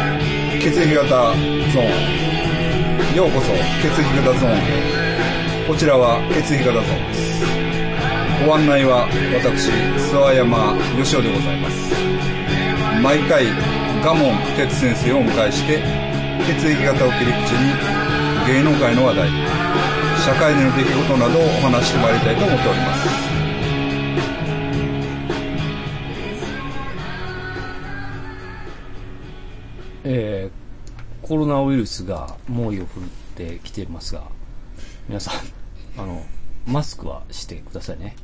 血液型ゾーンようこそ血液型ゾーンへこちらは血液型ゾーンですご案内は私諏訪山義雄でございます毎回賀門哲先生をお迎えして血液型を切り口に芸能界の話題社会での出来事などをお話してまいりたいと思っておりますえーコロナウイルスが猛威を振るってきていますが、皆さん、あ の、マスクはしてくださいね。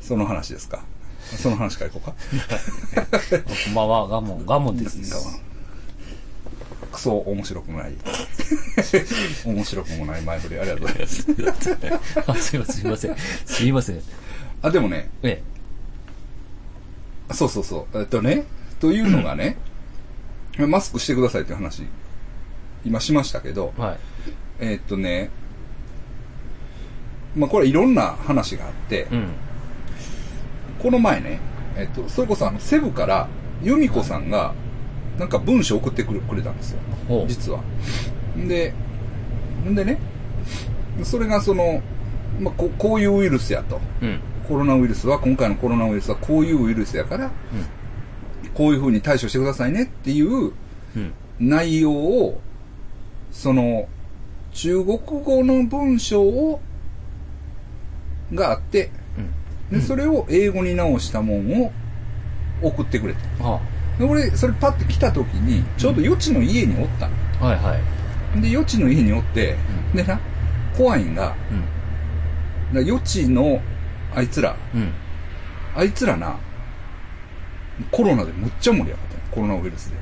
その話ですかその話からいこうかこんばんは、ガモン、ガモンです。クソ面白くない面白くもない前振りありがとうございますあすいません、すいません。すいません。あでもねえそうそうそうえっとねというのがねマスクしてくださいっていう話今しましたけどえ、はい。えっとねまあこれいろんな話があって、うん。この前ね、えっと、それこそあのセブから由美子さんがなんか文章送ってくるくれたんですよほう。実は。で、んでね、それがその、まあ、ここういうウイルスやと。うん。コロナウイルスは、今回のコロナウイルスはこういうウイルスやから、こういう風に対処してくださいねっていううん。内容を、その、中国語の文章を、があって、うん。で、それを英語に直したもんを送ってくれた。あで、俺、それパッて来た時に、ちょうど余地の家におったの。あはいはい。で、余地の家におって、でな、怖いんが、な余地のあいつら、うん。うん。あいつらな、コロナでむっちゃ盛り上がったのコロナウイルス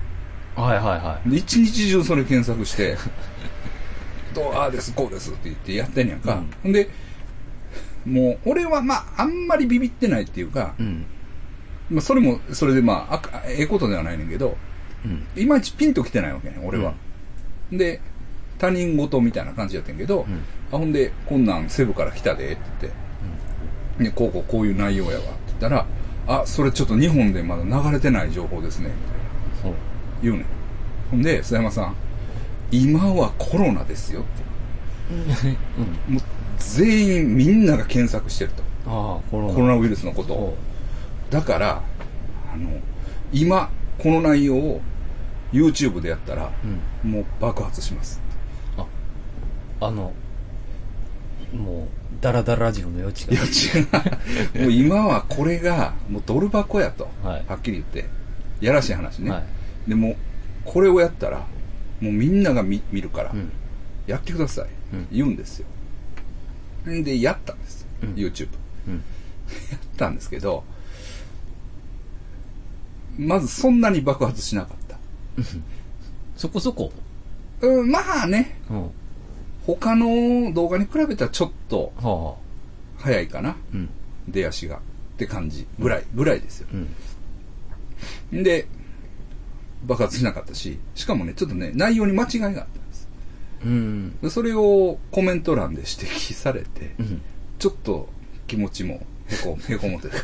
はいはいはい。で。で、一日中それ検索 して、どうああです、こうですって言ってやってんやんか。うんほんで、もう、俺はまあ、あんまりビビってないっていうか、うん。まあ、それも、それでまあ、あかええことではないねんけど、うん。いまいちピンときてないわけね、俺は。で、他人事みたいな感じやってんけど、うんあほんで、こんなんセブから来たで、って言って、で、こうこうこういう内容やわ、って言ったら、あ、それちょっと日本でまだ流れてない情報ですね、みたいなほう。 言うねん。ほんで、須山さん、今はコロナですよって。うん。もう全員みんなが検索してると。ああ、コロナ。コロナウイルスのことをほ。だから、あの、今、この内容を YouTube でやったら、う。うん。もう爆発します。あの、もう、ダラダラジオの余地いがや、。違う。 もう今はこれが、もうドル箱やと。はいはっきり言って。やらしい話ね。はいでも、これをやったら、もうみんなが見見るから、うん。やってください、うん言うんですよ。んで、やったんです。うん YouTube。やうん。ったんですけど、まずそんなに爆発しなかった。そこそこ。うん、まあね、うん。は他の動画に比べたらちょっとあはあ。早いかな、うん。出足が。って感じ。ぐらい、ぐらいですよ。うん。で、爆発しなかったし、しかもね、ちょっとね、内容に間違いがあったんです。うん。でそれをコメント欄で指摘されてう、ん。ちょっと気持ちもへこ、 へこもてた。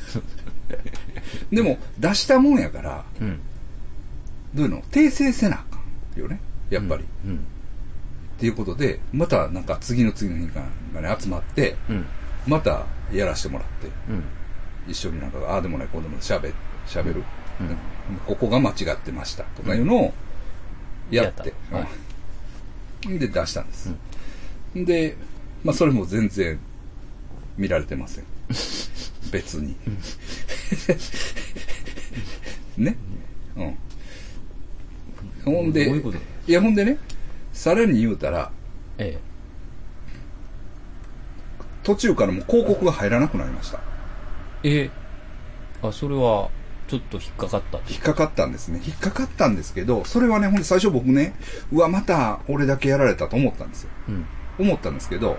でも、出したもんやから、うん。どういうの訂正せなあかんよね。やっぱり。っうん。ていうことで、またなんか次の次の日間がね、集まって、うん。またやらしてもらって、うん。一緒になんか、ああでもない、こうでもない、喋、喋る、ここが間違ってました、とかいうのをやって、やったはいうんで出したんです。で、まあそれも全然見られてません。別に。 ね。うん。ほんで、どういうこといやほんでね、さらに言うたら、え途中からもう広告が入らなくなりました。え。ええ。あ、それは、ちょっと引っかかったって。引っかかったんですね。引っかかったんですけど、それはね、ほんで最初僕ね、うわ、また俺だけやられたと思ったんですよ。うん。思ったんですけど、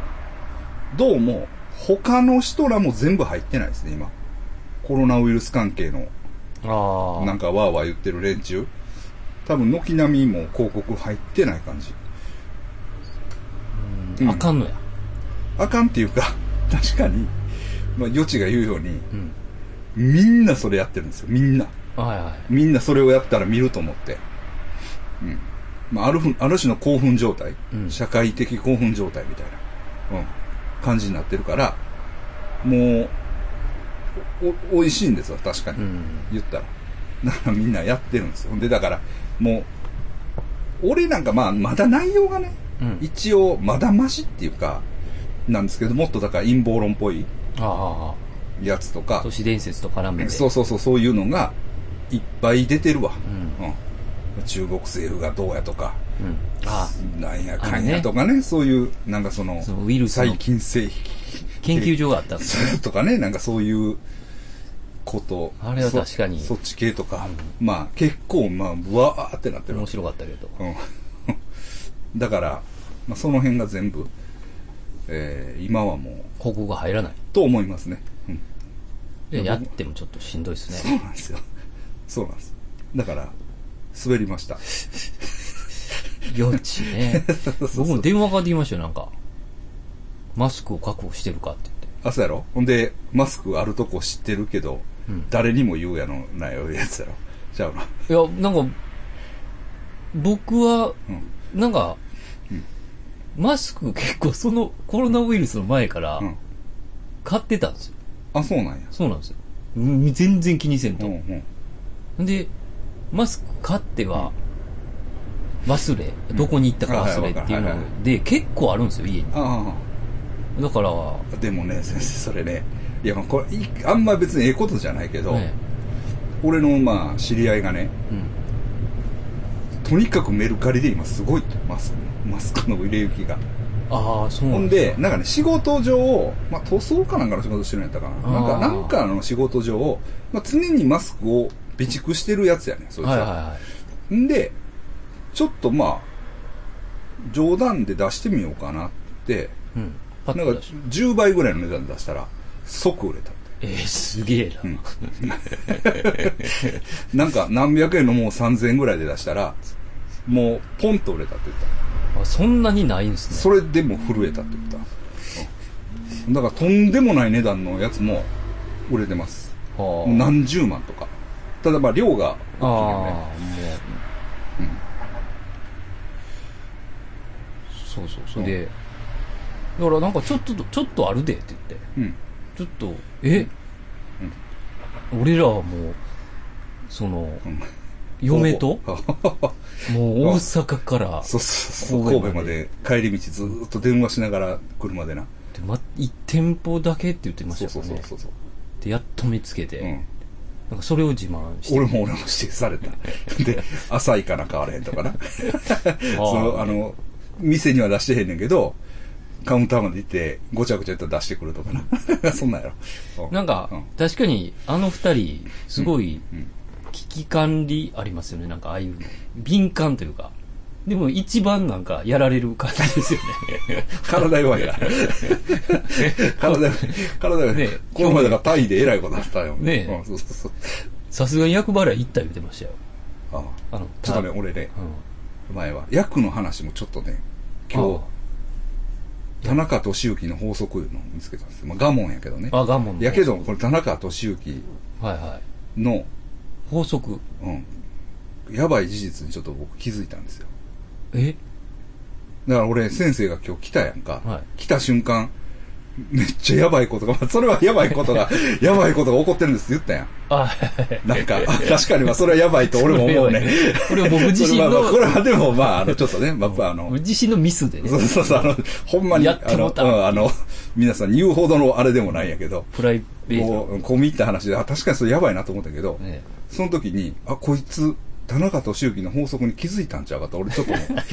どうも、他の人らも全部入ってないですね、今。コロナウイルス関係の、ああ。なんかわーわー言ってる連中。多分、軒並みも広告入ってない感じ。う、うんんあかんのや。あかんっていうか、確かに、まあ、余地が言うように、うん。みんなそれやってるんですよ、みんな。はいはい。みんなそれをやったら見ると思って。まあ、あるふんある種の興奮状態、うん社会的興奮状態みたいな、うん、感じになってるから、もう、お、お美味しいんですよ、確かに。うん。言ったら。だからみんなやってるんですよ。で、だから、もう、俺なんかまあ、まだ内容がね、うん。一応、まだましっていうか、なんですけど、もっとだから陰謀論っぽいあああやつとあ、か都、市伝説と絡めて。そうそうそう、そういうのが、いっぱい出てるわ。うん。うん。中国政府がどうやとか、うん。あなんやあかのんねやとかね、そういう、なんかそのあ、、そのウイルスの細菌性引研究所があったんです。きとかね、なんかそういうこと。あれは確かにそ。そっち系とか、まあ結構、まあ、ぶわーってなってるわ面白かったけど。うん だから、まあ、その辺が全部、えー今はもう、ここが入らない。と思いますね。うん。でやってもちょっとしんどいですそうね。なんですよ。そうなんです。だから、滑りました。 余地ね。そう僕も電話かかってきましたよ、なんか。マスクを確保してるかってあ、そうやろほんで、マスクあるとこ知ってるけど、うん誰にも言うやのないやつやろ。ちゃうな。言って。いや、なんか、僕は、うん。なんか、マスク結構そのコロナウイルスの前からうん。買ってたんですよ。あ、そうなんや。そうなんですよ。ん全然気にせんうと。んうん。で、マスク買っては、忘れ、どこに行ったか忘れっていうはいはいわかるはいはので、結構あるんですよ、家に。あだから、あ、でもね、先生、それね、いや、まあこれ、いあんま別にええことじゃないけど、ね俺の、まあ、知り合いがね、うんとにかくメルカリで今すごいとマスクマスクの売れ行きが、ああ、そほうなんんですでなんかね仕事上、まあ、塗装かなんかの仕事してるんやったかななんかあーなんかの仕事上、まあ、常にマスクを備蓄してるやつやねそいつは、はいはいはい。んでちょっとまあ冗談で出してみようかなってうん。パなんッかと出して10倍ぐらいの値段出したら即売れたえー、すげえんなな。 んか何百円のもう3000円ぐらいで出したらもうポンと売れたって言ったあそんなにないんですね。それでも震えたって言った。だからとんでもない値段のやつも売れてます。はもあう何十万とか。ただまあ量がああ、大きいよね。もう。そうそう、それで、だからなんかちょっと、ちょっとあるでって言って。うん。ちょっと、え、俺らはもう、その、ん嫁と、ほうもう大阪から、そうそうそう。神戸神まで戸まで帰り道ずーっと電話しながら車でな。でま、1店舗だけって言ってましそうたそうよそうね。そうそう。で、やっと見つけて、うん。なんかそれを自慢して。俺も俺も指定され た。で、浅いから買われへんと かな。その、あの、店には出してへんねんけど、カウンターまで行って、ごちゃごちゃやったら出してくるとかな。 そんなんやろ。うなんか、うん確かに、あの二人、すごいうんうん、危機管理ありますよね。なんか、ああいう、敏感というか。でも、一番なんか、やられる感じですよ 体弱いから。 体弱い。体弱い。ねねえ、この前だからタイでえらいことあったよ。ねえうん、そうそうそう。ね。さすがに役払い行った言ってましたよ。あああの、ちょっとね、た俺ね、うん。前は、役の話もちょっとね、今日、田中俊之の法則いうのを見つけたんですよ。まあ、我門やけどねあ。あ、我慢のやけ。ど、これ田中俊之はいはい。の、法則。うん、やばい事実にちょっと僕気づいたんですよ。えだから俺、先生が今日来たやんか。はい来た瞬間、めっちゃやばいことが、まあ それはやばいこと が、やばいことが起こってるんですって言ったやん。あ、はいはいなんか、あ確かにまあそれはやばいと俺も思うね。これは僕自そ身れはまあこれの、はでもまあ、あの、ちょっとね、まあ、あ の、自身のミスでねそ。うそうそう、あの、ほんまに、やってあもの、ううたん、あの、皆さんに言うほどのあれでもないんやけど、プライベーこト。う、うん込み入った話で、あ、確かにそれやばいなと思ったけど、ねその時に、あ、こいつ、田中俊之の法則に気づいたんちゃうかと、俺ちょっと思う。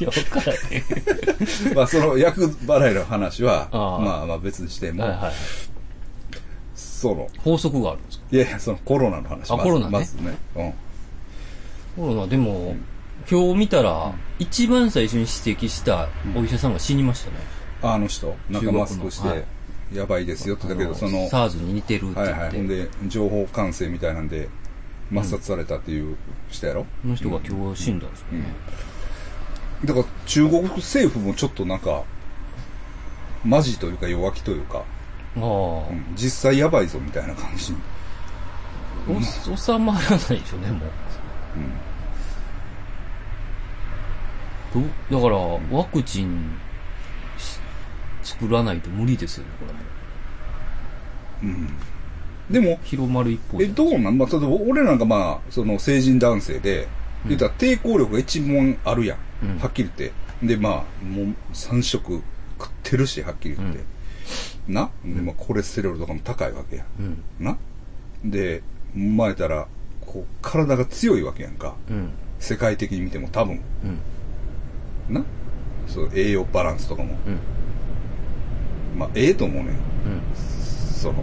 いや、わからへん。まあ、その、役払いの話は、ああまあまあ別にしても、はいはい。その、法則があるんですかいやいや、そのコロナの話。あまずコロナねまずね。うコロナでも、今日見たら、一番最初に指摘したお医者さんが死にましたね。ん。あの人、なんかマスクし中国て、やばいですよって、だけど、その、 SARS に似てるってはい言はっい。て、ほんで、情報管制みたいなんで、抹殺されたっていう人やろ、この人が今日死んだんですよね。だから中国政府もちょっとなんか、マジというか弱気というか、ああ、うん実際やばいぞみたいな感じにお収まらないでしょうね、もう。どだから、ワクチンし作らないと無理ですよね、これも。でも、広まる一方え、で。どうなんまあ、例えば俺なんかまあ、その成人男性で、言ったら抵抗力が一番あるやん。うんはっきり言って。で、まあ、もう3食食ってるし、はっきり言って。なで、まあ、コレステロールとかも高いわけや。うん。なで、前たら、こう、体が強いわけやんか。うん。世界的に見ても多分。うん。なそう、栄養バランスとかも。うん。まあ、ええと思うねん。うん。その、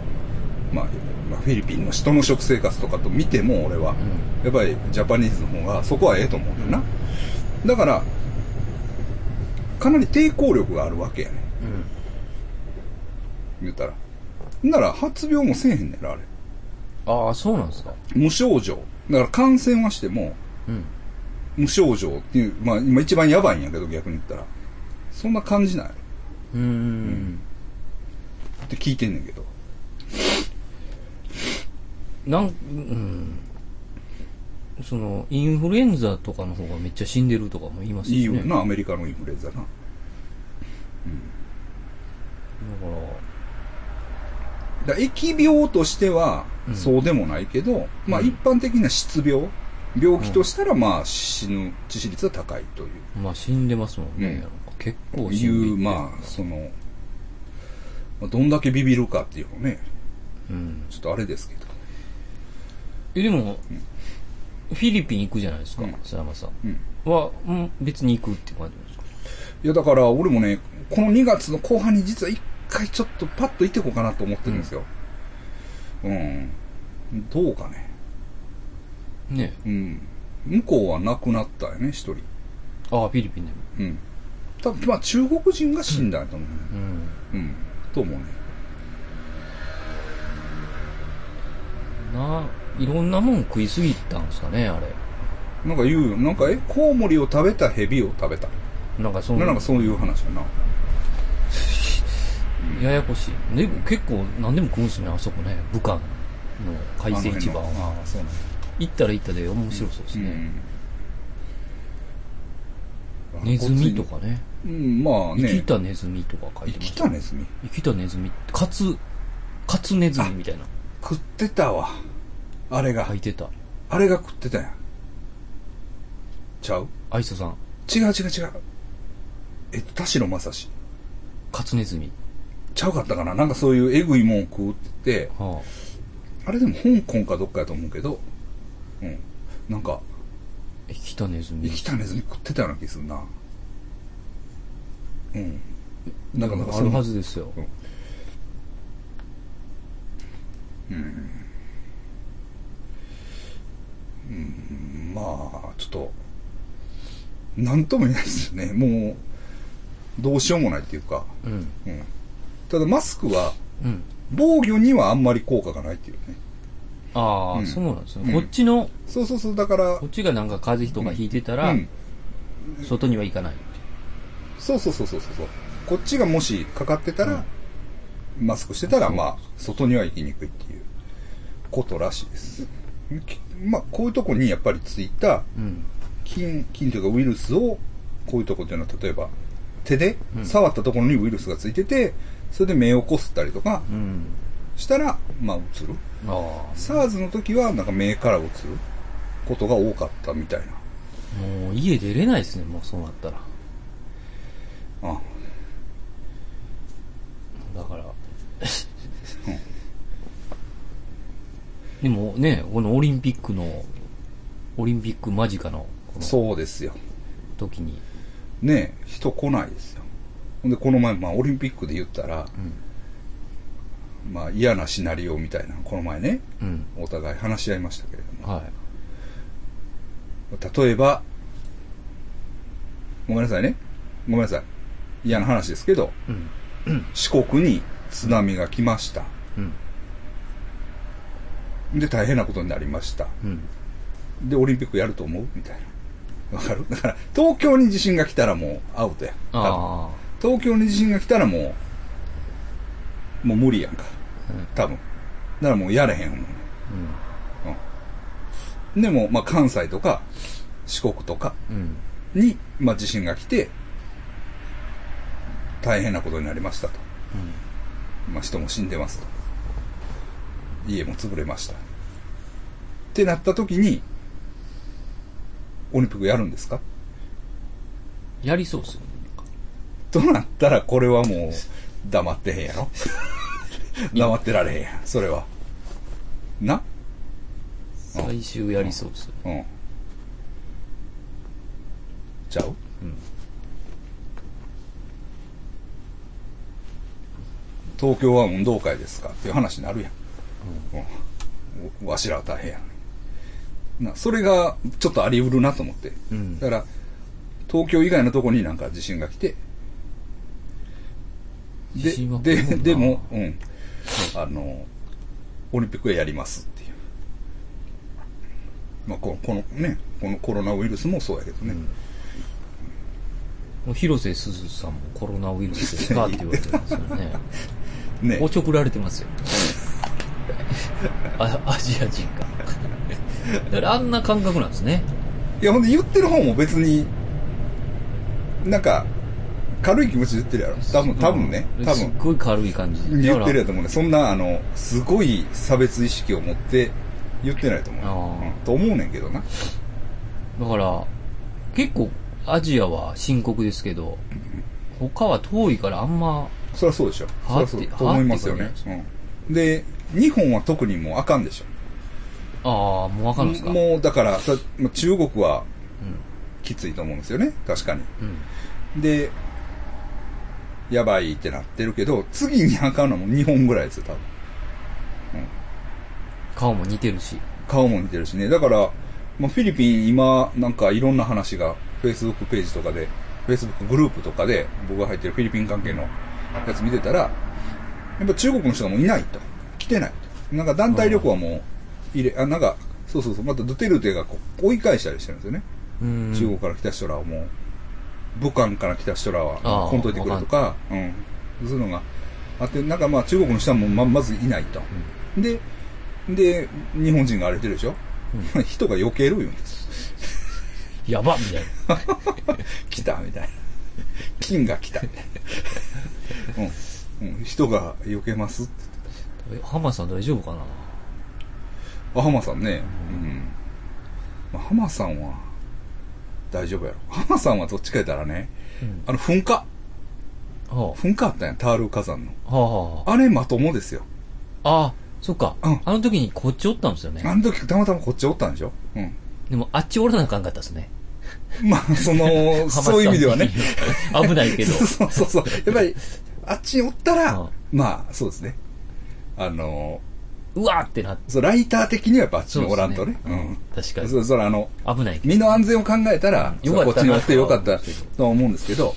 まあ、まあフィリピンの人の食生活とかと見ても俺は、やっぱりジャパニーズの方がそこはええと思うんだよな。だから、かなり抵抗力があるわけやねん。うん。言ったら。なら発病もせえへんねんなあれ。ああ、そうなんですか。無症状。だから感染はしても、うん。無症状っていう、まあ今一番やばいんやけど逆に言ったら。そんな感じないうんうん。って聞いてんねんけど。なん、うん。その、インフルエンザとかの方がめっちゃ死んでるとかも言いますいいよよね。だかな、アメリカのインフルエンザな。だから疫病としてはうんそうでもないけど、まあうん一般的な失病、病気としたらまあ死ぬ致死率は高いという、ら、まあ死んでますもんね。うんなんか結構死いんでう、てまあその、まあどんだけビビるかっていうのね、うん。ちょっとあれですけど。え、でも、フィリピン行くじゃないですかうん、佐山さん。うん。は、うん、別に行くって感じなんですかいやだから俺もね、この2月の後半に実は一回ちょっとパッと行ってこうかなと思ってるんですよ。うん。どうかね。ねうん。向こうは亡くなったよね、一人。ああ、フィリピンでも。うん。多分まあ中国人が死んだんやと思う、うん。うん。と思うね。な、いろんなもん食いすぎたんですかね、あれ。なんか言うよ。なんか、え、コウモリを食べたヘビを食べた。なんかそなんのか、そういう話やな。ややこしい。でも結構何でも食うんすね、あそこね。武漢の海鮮市場あの辺は。のああ、そうなんだ。行ったら行ったで面白そうですうね。ん。ネズミと。かね。うん、まあ生きね。たネズミとか書生いてまきしたたネズミ生きたネズミ。カツ、カツネズミみたいな。食ってたわ。あれが。書いてた。あれが食ってたやん。ちゃうアイソさん、違う違う違う。えっと、田代正史。カツネズミ。ちゃうかったかななんかそういうえぐいもん食うって言って、はあれでも香港かどっかやと思うけど、うん。なんか、あ、生きたネズミ生。きたネズミ食ってたような気するなうんなんかなんかあそるのはずですよ。まあちょっとなんとも言えないですよねもうどうしようもないっていうか、うん。うん、ただマスクはうん。防御にはあんまり効果がないっていうねああ、うんそうなんですね。うんこっちの、そうそうそうだからこっちがなんか風邪とかひいてたら、うん、外には行かないって。そうそうそうそうそうそうこっちがもしかかってたら、マスクしてたらまあ外には行きにくいっていうことらしいですきまあこういうとこにやっぱりついたうん。菌、菌というかウイルスを、こういうとこっていうのは、例えば、手でうん触ったところにウイルスがついてて、それで目をこすったりとかうん。したら、まあ、うつる。ああ。 SARS の時は、なんか目からうつることが多かったみたいな。もう家出れないですね、もうそうなったら。あだから。でもね、このオリンピックの、オリンピック間近のこのそうですよ。時に、ねえ、人来ないですよ。ほんで、この前、まあ、オリンピックで言ったら、まあ、嫌なシナリオみたいな、この前ね、うん。うん。お互い話し合いましたけれども。はい。例えば、ごめんなさいね。ごめんなさい。嫌な話ですけど、うん。四国に津波が来ました。うん。で、大変なことになりました。うん。で、オリンピックやると思うみたいな。わかるだから、東京に地震が来たらもうアウトや。ああ。多分東京に地震が来たらもう、もう無理やんか。うん多分。だからもうやれへんもん、でも、まあ、関西とか、四国とか、うん。に、まあ、地震が来て、大変なことになりましたと。まあ、人も死んでますと。家も潰れました。ってなった時に、オリンピックやるんですかやりそうっすよね。となったら、これはもう、黙ってへんやろ黙ってられへんやん、それは。な最終やりそうっすよね。うん。ちゃううん。東京は運動会ですかっていう話になるやん。うんわしらは大変やん。な、それがちょっとあり得るなと思って。うんだから、東京以外のとこになんか地震が来て、で地震は、来で、るもんなでも、うん。あの、オリンピックはやりますっていう。まあ、ここのね、このコロナウイルスもそうやけどね。もう広瀬すずさんもコロナウイルスですかって言われてますよ ね。ねお。ちょくられて ますよ。あアジア人 が。だからあんな感覚なんですね。いや、ほんで言ってる方も別に、なんか、軽い気持ちで言ってるやろ。多分、多分ね。多すっ分。ごい軽い感じで。言ってるやだかと思うね。そんな、あの、すごい差別意識を持って言ってないと思う。あーうんと思うねんけどな。らだから、結構アジアは深刻ですけど、他は遠いからあんま、そりゃそうでしょ。そりはゃそうってと思いますよはねってこ。うんで、日本は特にもうあかんでしょ。ああ、もうわかるんないですかもう、だから、さまあ中国はうんきついと思うんですよね。確かに。うん。で、やばいってなってるけど、次にあかんのはもう日本ぐらいですよ、多分。顔も似てるし。顔も似てるしね。だから、まあ、フィリピン今、なんかいろんな話が、Facebook ページとかで、Facebook グループとかで、僕が入ってるフィリピン関係のやつ見てたら、やっぱ中国の人がもういないと。来てないと。なんか団体旅行はもう、入れ、あ、なんか、そうそうそう、またドゥテルテがこう追い返したりしてるんですよね。うん中国から来た人らはもう、武漢から来た人らは、ああこんといてくれとか、うん。そういうのがあって、なんかまあ中国の人はもうままずいないと。で、で、日本人が荒れてるでしょ、 人が避ける言うんです。 やばみたいな。来たみたいな。金が来 たみたいな。うん。うん、人が避けますってえ浜さん大丈夫かなあ、浜さんね。うん。まあ、浜さんは、大丈夫やろ。浜さんはどっちか言ったらね、うんあの、噴火。は噴火あったんや、タール火山の。あ、はあ、はあ。あれまともですよ。ああ、そっか、うんあの時にこっちおったんですよね。あの時たまたまこっちおったんでしょうん。でもあっちおらなあかんかったですね。まあ、その、浜さんそういう意味ではね。。 危な いけど。そうそうそう。やっぱり、あっちにおったら、うんまあ、そうですね。あの、うわーってなって。そう、ライター的にはやっぱあっちにおらんとね。そうですね確かうん。にそう、それあの、危ないけど。身の安全を考えたら、うんそれこっちにおってよよかかっったたなとは思うんですけど、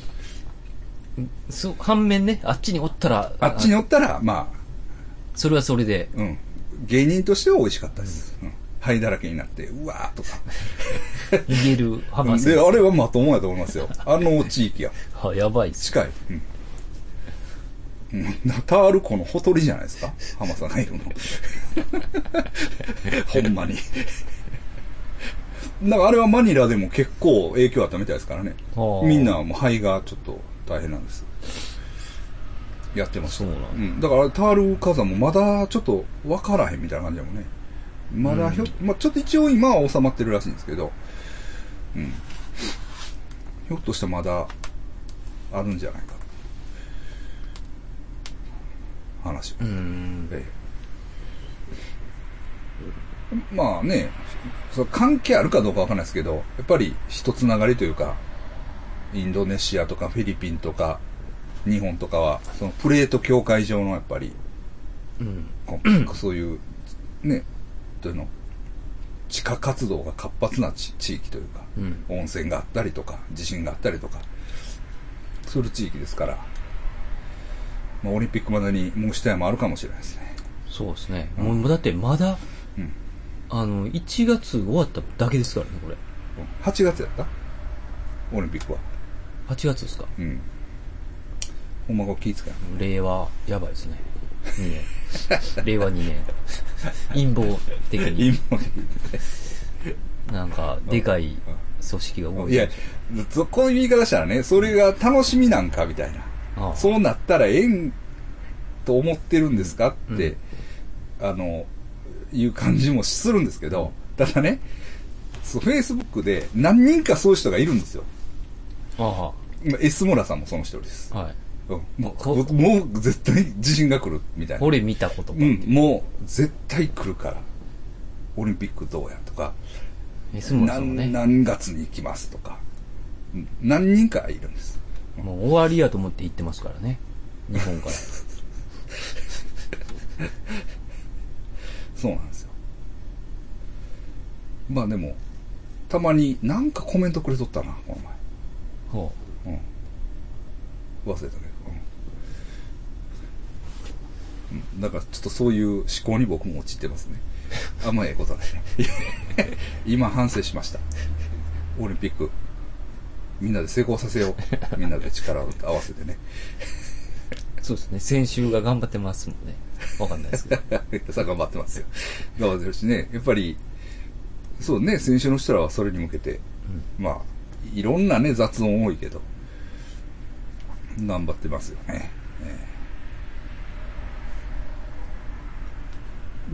そう、反面ね、あっちにおったら、あっちにおったら、まあ、それはそれで、うん。芸人としては美味しかったです。うん。灰だらけになって、うわーとか。逃げる浜さんで、。あれはまともやと思いますよ。あの地域は。はやばいっす。近い。うん。うん、タール湖のほとりじゃないですか浜さんがいる の。ほんまに。だからあれはマニラでも結構影響あったみたいですからねあ。ーみんなもう肺がちょっと大変なんです。やってました。そうなんだん。だからタール火山もまだちょっとわからへんみたいな感じだもんね。まだひょ、まあちょっと一応今は収まってるらしいんですけど、うん。ひょっとしてまだあるんじゃないか話をうーん。ええまあねそう関係あるかどうかわかんないですけどやっぱり一つながりというかインドネシアとかフィリピンとか日本とかはそのプレート境界上のやっぱりうん。こうそういうねというの地下活動が活発な地地域というかうん。温泉があったりとか地震があったりとかする地域ですから、まあ、オリンピックまでにもう一山あるかもしれないですねそうですね。もう、だってまだ、うんあの、1月終わっただけですからね、これ。 8月やったオリンピックは8月ですか。うんほんまこれ気ぃつけな令和、やばいですね。2年。令和2年。陰謀的に。陰謀的になんか、でかい組織が多い。いや、そこういう言い方したらね、それが楽しみなんかみたいああな。そうなったらええんと思ってるんですかって、あの、いう感じもするんですけど、ただね、そう Facebook で何人かそういう人がいるんですよ。あまあ S 村さんもその一人です。あ、はい。うんもこう、もう絶対自信が来るみたいな。これ見たことか。うん、もう絶対来るから。オリンピックどうやとか、エスモラさんも何ね、何月に行きますとか、うん何人かいるんです。もう終わりやと思って行ってますからね。日本 から。そうなんですよ。まあでも、たまになんかコメントくれとったな、このほ前。うん。忘れたけど。うん。うん、だからちょっとそういう思考に僕も陥ってますね。あんまええことはないな。今反省しました。オリンピック。みんなで成功させよう。みんなで力を合わせてね。う。そうですね。先週が頑張ってますもんね。わかんないですけ ど。さあ頑張ってますよ。頑張ってるしね、やっぱり、そうね、選手の人らはそれに向けて、まあ、いろんなね、雑音多いけど、頑張ってますよね。ええ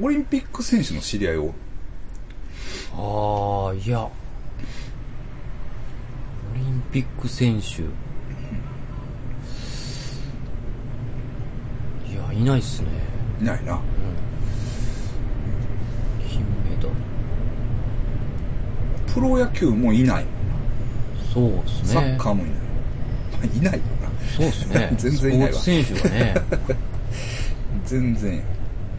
オリンピック選手の知り合いを、ああ、いや。オリンピック選手。いや、いないっすね。いないな。金メダル。プロ野球もいない。そうですね。サッカーもいない。まあ、いないよな。。そうです ね全然いないわスポーツ選手がね、全然や。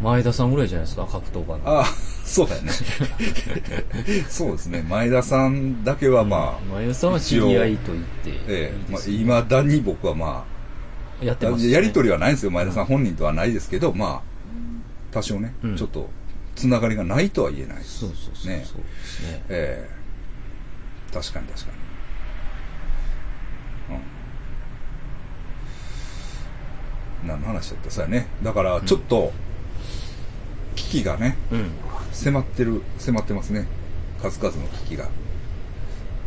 前田さんぐらいじゃないですか、格闘家の。ああ、そうだよね。そうですね。前田さんだけはまあ、前田さんは知り合いと言っていいええ、でまあ、す、いまだに僕はまやってあ、ます、ね。やりとりはないんですよ、前田さん本人とはないですけど、まあ、多少ね、うんちょっと、つながりがないとは言えないです。そうそうそう。ねそうですね。ええ確かに確かに。うん。何の話だったそうやね。だから、ちょっと、危機がね、うん。迫ってる、迫ってますね。数々の危機が。だか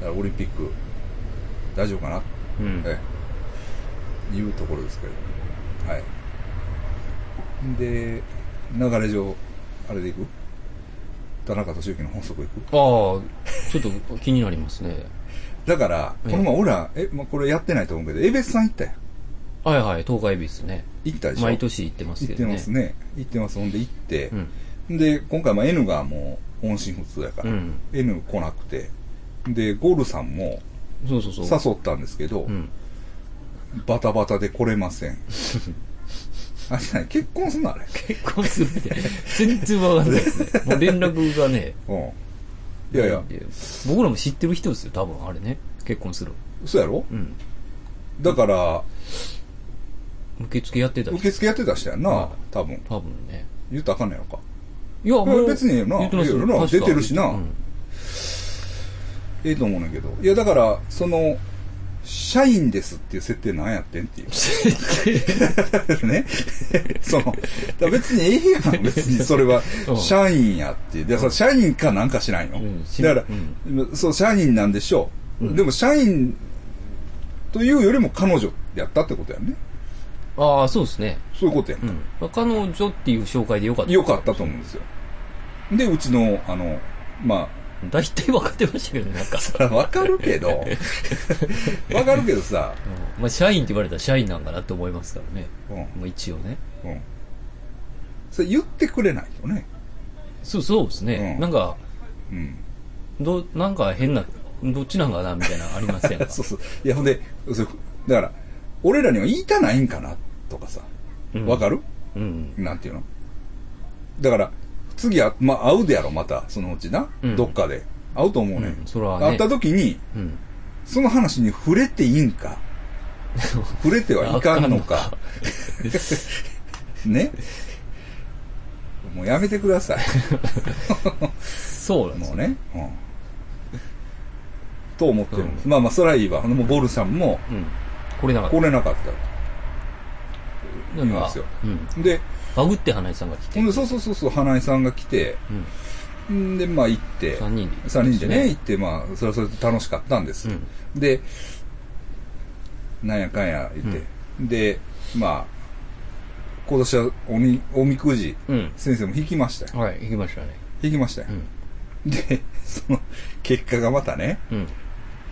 ら、オリンピック、大丈夫かなうん。ええ、いうところですけれど、はい、で流れ上あれでいく田中俊之の法則いくああ、ちょっと気になりますね。だからええこの前俺らえ、まあ、これやってないと思うけど江別さん行ったやんはいはい、東海ビスね。行ったでしょ毎年行ってます行けってどね。ますね行ってますほんで行ってう、ん。で今回まあ N がもう音信不通やから、うん N 来なくてでゴールさんもそうそうそう。誘ったんですけど、うん。バタバタで来れま せんあれ何結婚すんのあれ結婚するって、全然わかんない ですね。もう連絡がね。うん。いやいや、僕らも知ってる人ですよ、多分あれね。結婚する。そうやろうん。だから、受付やってた人受付やってた人やんなは、多分。多分ね。言ったらあかんねやろか。いや、いや別にええよな言ってますええよな確か出てるしなうんええと思うねんだけど。いや、だから、その、社員ですっていう設定なんやってんっていう。 ね。その、だから別にええやん、別 にそれはうん、社員やっていう。で、その社員かなんかしないの。うんしだから、そう、社員なんでしょう。うんでも、社員というよりも彼女やったってことやんね。ああ、そうですね。そういうことやんうか。ん。まあ彼女っていう紹介でよかった。良かったと思うんですよ。で、うちの、あの、ま大体分かってましたけどね、なんかさ。あ、 わかるけ ど、わかるけどさ、うんまあ、社員って言われたら社員なんかなって思いますからね。うまあ、一応ね。ん、うん。それ言ってくれないよね。そう、そうですね。うんなんか、 うん。ど、なんか変な、どっちなんかな、みたいなのありませんか そうそう。いや、ほんで、そうだから、俺らには言いたないんかな、とかさ、うんわかる、うん。なんていうのだから、次は、まあ、会うでやろ、また、そのうちな。うんどっかで。会うと思うね。うんそらね会った時に、うん。その話に触れていいんか、触れてはいかんのか、ね。もうやめてください。そうなんですもうよね。うん、と思ってるんです。うまあまあ、それはいいわ。ほんでもうボルさんもうん。これなんか来れなかっった。なんいいんでかすよ、うん。た。で、バグって花井さんが来て。ほんで、そうそうそうそう、花井さんが来て、うん。んで、まあ行って、 3人で3人でね、そうです行って、まあ、それはそれで楽しかったんです。で、なんやかんや言って、で、まあ、今年はおみ、おみくじ、うん。先生も引きましたよ。うん。はい、行きましたね。引きましたよ。うん。で、その、結果がまたね、うん。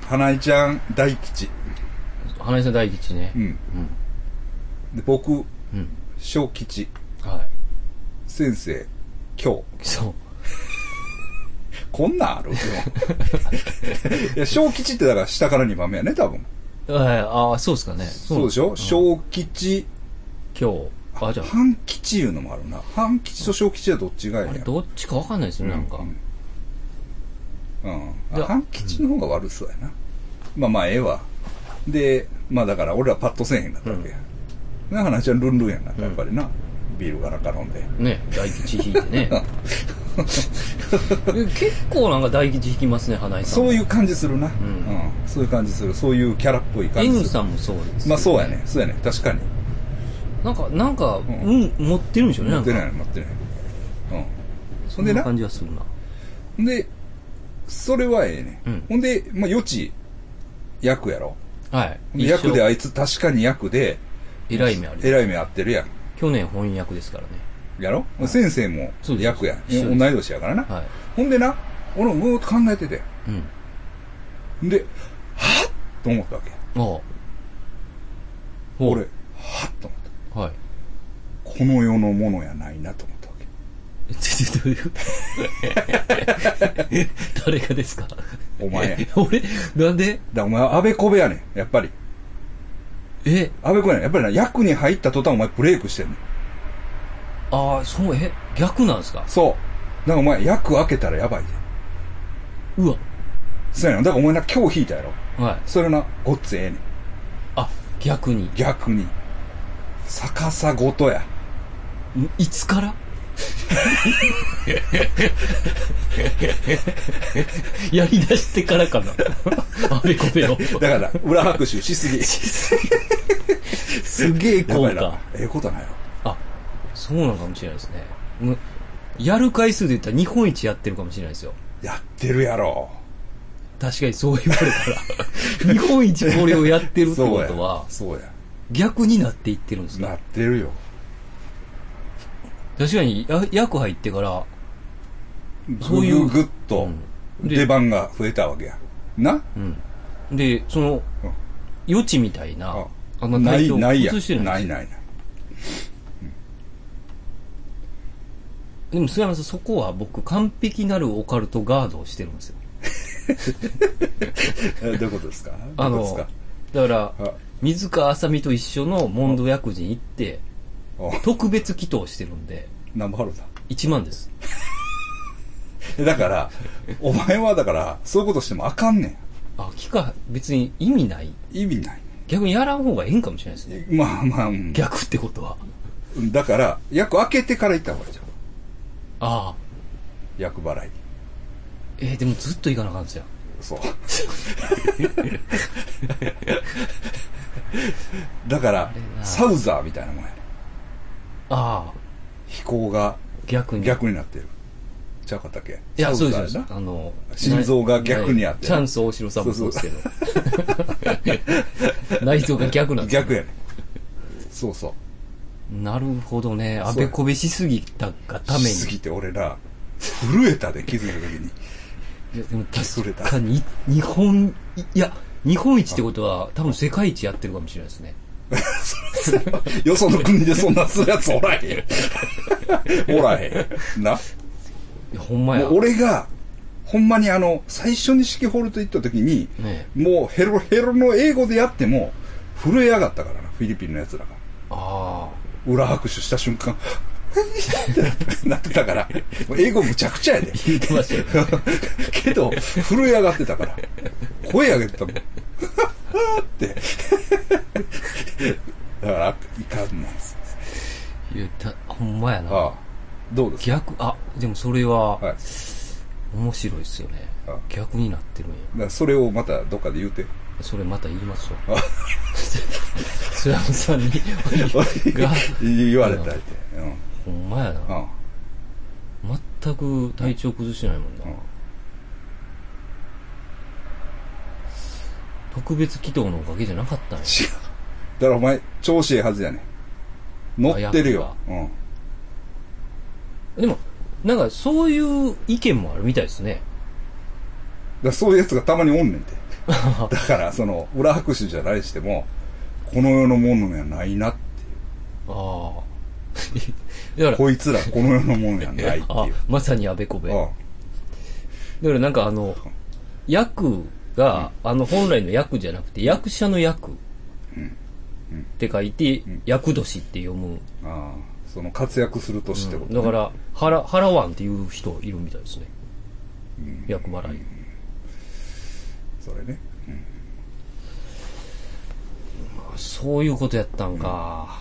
花井ちゃん大吉。花井さん大吉ねう。ん。うん。で、僕、うん。小吉。は先生、今日。い。そう。こんなんある いや、小吉ってだから下から2番目やね、多分。はい、ああ、そうですかね。そうでしょ、小吉、ょ今日。あ、じゃあ、半吉いうのもあるな。半吉と小吉はどっちがいいあねれや。どっちかわかんないですよ、なんかう。ん。うんいあや半吉の方が悪そうやな。まあまあ、ええわ。で、まあだから俺らパッとせえへんかったわけや。な、話はルンルンやんなんか、やっぱりな。ビールがなんか飲んで。ね、大吉引いて ね。え結構なんか大吉引きますね、花井さん。そういう感じするな、うんんそういう感じする。そういうキャラっぽい感じ N する。さんもそうです。まあそうやね。そうやね。確かに。なんか、なんか、うんん、持ってるんでしょうね、な持っんてか。ない持ってない。うん。そんでんなな感じはするな。で、それはええね、うんほんで、まあ、余地、役やろ。はい。役であ一いつ確かに役で、生偉い目あり。えらい目合ってるやん。去年翻訳ですからね。やろ、先生もそうです役やん。そうです同い年やからな。はほんでな、俺ももう考えてて。い。うん。んで、はっと思ったわけ。ああ。俺、はっと思った。お。はい。 この世のものやないなと思ったわけ。えちょちょどういうこと 誰がですかお前や。だか 俺、なんでらお前は安倍小部やねん。やっぱり。え、安倍小部やねん。やっぱりな、役に入った途端お前ブレイクしてんねん。ああ、そう、え、逆なんですかそう。だからお前、役開けたらやばいで。うわ。そうやな。だからお前な、今日引いたやろ。はい。それな、ごっつええねん。あ、逆に。逆に。逆さごとや。んいつから やり出してからかな。 あべこべを。だから、裏拍手しす ぎ。すげえこうやばかいな。ええことないよ。あ、そうなのかもしれないですね。むやる回数で言ったら日本一やってるかもしれないですよ。やってるやろ。確かにそう言われた ら。日本一これをやってるってそうこやとは。、そうや。逆になっていってるんですね。なってるよ。確かに、や役入ってから、そういうぐっとうんで出番が増えたわけや。なうん。で、そのうん、余地みたいな、あんなな体い、調ないや。崩してるんですなよいないない。でも菅山さん、そこは僕、完璧なるオカルトガードをしてるんですよ。えどういうことですかあどういうこの、だからとですか、水川あさみと一緒の問答薬人行って、あ、あ特別祈祷してるんで、ナンバーハローだ。 1万です。えだから、お前はだから、そういうことしてもあかんねん。あ、聞か、別に意味ない。意味ない。逆にやらん方がええんかもしれないですね。まあまあ、うん逆ってことは。だから、役開けてから行った方がいいじゃん。ああ、役払いに。えーでもずっと行かなあかんですよ。 そう。だかられ、なサウザーみたいなもんやね。ああ、飛行が逆に。逆になってる。ちゃうかったっけいや、そうですサよウ。ザーあの、心臓が逆にあってはいチャンス大城さんもそうですけ ど。内臓が逆なんなですよ逆やね。そうそう。なるほどね。安倍こべしすぎたがために。しすぎて俺ら、震えたで気づいた時に。 いやでもそれ確だかに、日本、いや、日本一ってことは、多分世界一やってるかもしれないですね。よその国でそんなんするやつおらへ ん。おらへん。な。いや、ほんまもや。う俺が、ほんまにあの、最初に式ホールと行った時に、ねもうヘロヘロの英語でやっても、震え上がったからな、フィリピンの奴らが。あ裏拍手した瞬間、 ってなってたから、もう英語むちゃくちゃやで。あ。言ってましたよ。けど、震え上がってたから、声上げてたもん。って。だから、いかんなんです。いや、たほんまやな。ああ、どうですか逆、あ、でもそれは、はい。だか面白いですよねあ。逆になってるんや。らそれをまたどっかで言う て。それまた言いますよあ。 スラムさ んに、 が、言われたりて。うん。ほんまやな。うん。全く体調崩してないもんな、うん特別祈祷のおかげじゃなかったんや違う。だからお前、調子ええはずやねん。乗ってるよ。うん。でもなんかそういう意見もあるみたいですねだからそういうやつがたまにおんねんて。だから、その、裏拍手じゃないにしても、この世のものやないなってああ だからこいつらこの世のものやない ってあいう。まさにあべこべうん。だからなんかあの、役が、あの本来の役じゃなくて、役者の役って書いて、役年って読む。ああ、その活躍する年ってこと、ねだから、腹、腹ワンっていう人いるみたいですね。役払い。それね。そういうことやったんか。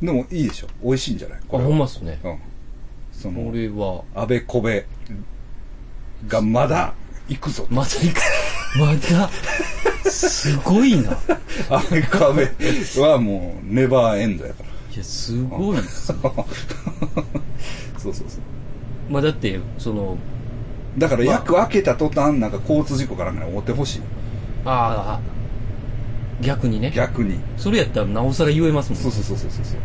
でもいいでしょ。美味しいんじゃないこあ、れほんまはっすね。うん。そこの、れは、安倍小部がまだ行くぞ。まだいく、 まだ、すごいな。い安倍小部はも うネバーエンドやから。や、すごいっすね。そうそうそう。まあだって、その、だから役開けた途端、なんか交通事故かなんかに追ってほしい。ああ、逆にね。逆に。それやったらなおさら言えますもんねそうそうそうそうそうそう。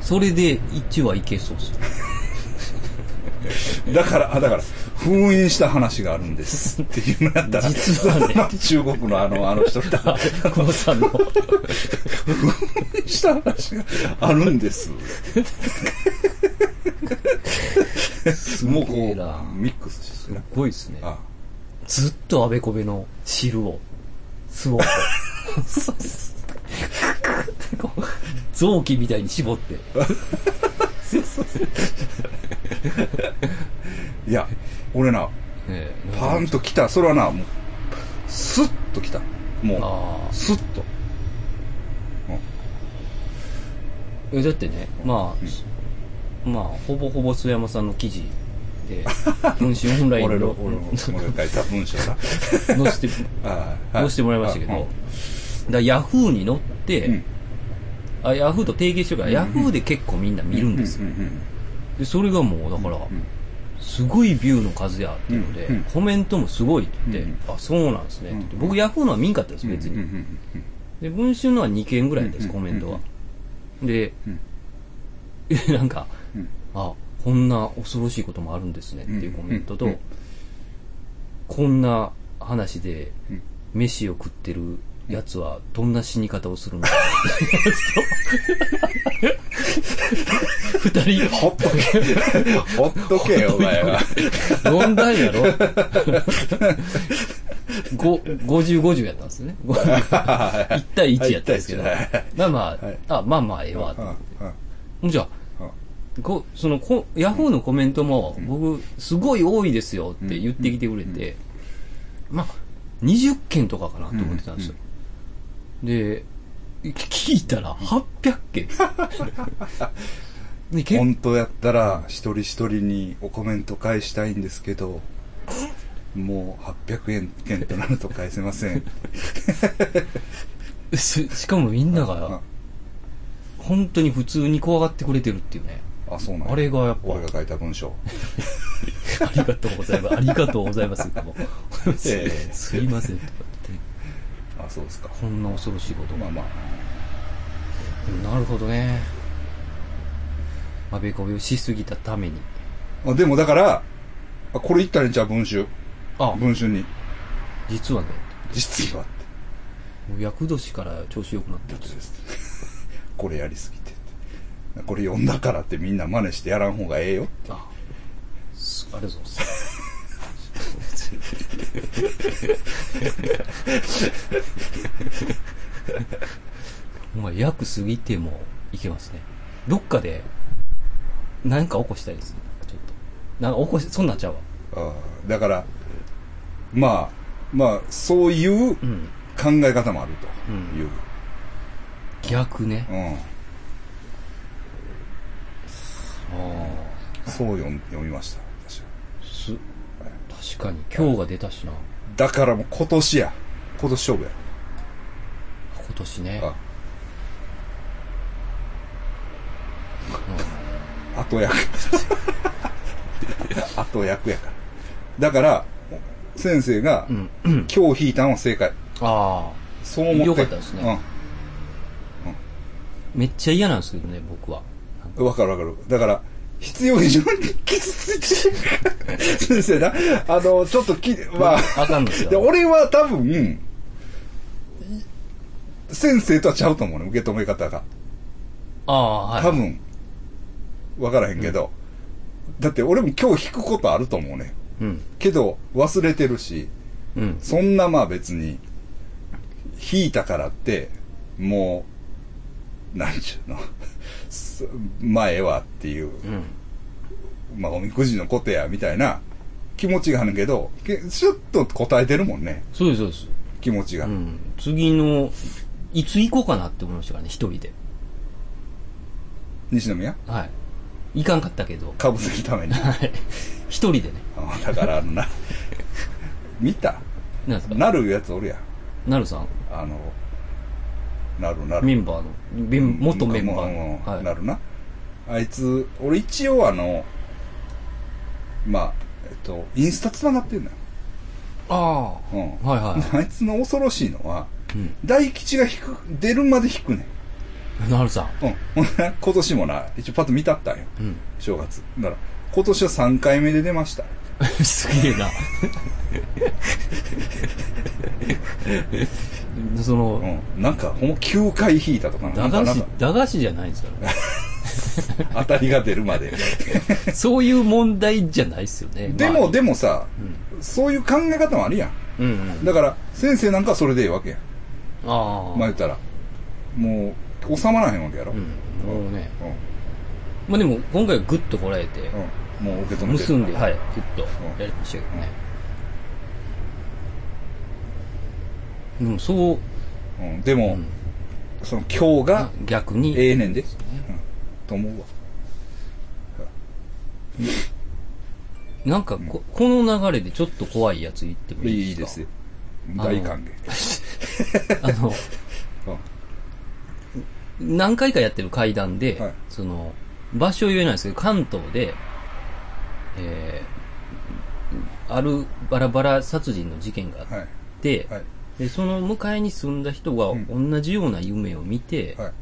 それで1はいけそうっ す。だから、あ、だから、封印した話があるんです。っていうのやったら、実はね 中国のあの、あの人みたいな、久保さんの。封印した話があるんです。もうこう、げえなミックスしてすな。ごいっすね。あずっとあべこべの汁を、吸おうと。こう 臓器みたいに絞って。いや、俺な、ええパーンと来た。それはな、もう、スッと来た。もああう、スッと。えだってね、まあ、まあ、ほぼほぼ須山さんの記事 で、文春オンライン俺 の、の俺の、俺が書いた文章だ。載せて、ああ載せてもらいましたけど、あうんだからヤフーに乗って、うんあヤフーと提携してるから、ヤフーで結構みんな見るんですようんうんでそれがもうだから、すごいビューの数やっていうので、うんうんコメントもすごいって言って、うんあそうなんですねって言って、うん僕ヤフーのは見んかったんですうん別に、うんうんうんで文春のは2件ぐらいです、うんコメントはうん、で、うんえ なんか、うんあこんな恐ろしいこともあるんですねっていうコメントと、うんうんこんな話でうん飯を食ってるやつはどんな死に方をするの か二 人ほっとけ。ほっとけよ、お前は。飲んだんやろご ?50、50やったんで すね。1対1やったんですけど。はい一対まあまあ、 はいあ、まあまあ、ええわ。うんうんじゃあ、うんこそのこ、ヤフーのコメントも、僕、すごい多いですよって言ってきてくれて、まあ、20件とかかなと思ってたんですよ。で、聞いたら800件。で結構本当やったら、一人一人におコメント返したいんですけど、もう800円券となると返せません。ししかもみんなが、本当に普通に怖がってくれてるっていうね。あ、そうなんやあれがやっぱ、俺が書いた文章。ありがとうございます。ありがとうございます。もうす ええすいません。とか言っあ、そうですか。てこんな恐ろしいことがまあ。まあ。なるほどね。安倍こびをしすぎたために。あでもだから、あこれ言ったらいいんちゃう文集。あ、文集に。実はね、実はってもう厄年から調子良くなってやるんでつすでよ。す。 これやりすぎてって。これ読んだからってみんな真似してやらん方がええよ。あ、すありがとうございます。お前、役過ぎてもいけますね。どっかで、なんか起こしたいですね。ちょっと。なんか起こし、そんなんちゃうわ。あーだから、まあ、まあ、そういう考うん。え方もあるという。逆ね。うん。あそう読ん読みました。私はあ。す、確かに。今日が出たしな。だからもう今年や。今年勝負や。今年ね。あ後 役。後役やから。だから、先生が、うん。うん今日引いたのは正解。ああ。そう思って。よかったですねめっちゃ嫌なんですけどね、僕は。うん。わかるわかる。だから、必要以上に傷ついて る。先生な、あの、ちょっとき、まあ、わかんないですでよ。俺は多分、い先生とはちゃうと思うね、受け止め方が。ああ、はい。多分、わからへんけど。だって俺も今日引くことあると思うね。うん。けど、忘れてるし、うん。そんなまあ別に、引いたからって、もう、なんちゅうの、 す前はっていう、うん。まあおみくじのことや、みたいな気持ちがあるけど、けちょっと答えてるもんね、そうです、そうです。気持ちが。うん。次の、いつ行こうかなって思いましたからね、一人で。西宮はい。行かんかったけど。かぶせるために。はい。一人でね。あだからあのな、見たなんですかななるやつおるやん。るさんあの、なるなる。メンバーの、メン元メンバうんうんうんーの。はい。なるなあいつ俺一応あのまあえっとインスタつながってんのよ、あうんあ。はいはい。あいつの恐ろしいのはうん。大吉が引く出るまで引くねなるさん。ん、うん、ほんなら今年もな一応パッと見たったんようん。 正月だから今年は3回目で出ましたすげえな。 その、うんなんかほんま9回引いたとかな駄んか菓なん子か、駄菓子じゃないんですよね。当たりが出るまでそういう問題じゃないですよね。 でまあも、でもさそういう考え方もあるやんうん。うんうん。だから先生なんかはそれでいいわけやんああ。まあ言ったらもう収まらへんわけやろ、ううんん。もうね。うんまあでも、今回はグッとこらえて、もう受け止めてる結んで、はい、グッとやりましたけどね。でも、そう、うん、でも、その今日が逆に。ええねんで、うん、と思うわなんかこ、この流れでちょっと怖いやつ言ってもいいいいでですすかよ大歓迎あの、うん何回かやってる会談で、はいその、場所を言えないですけど、関東で、えー、あるバラバラ殺人の事件があはいって、はいでその向かいに住んだ人がうん同じような夢を見て、はい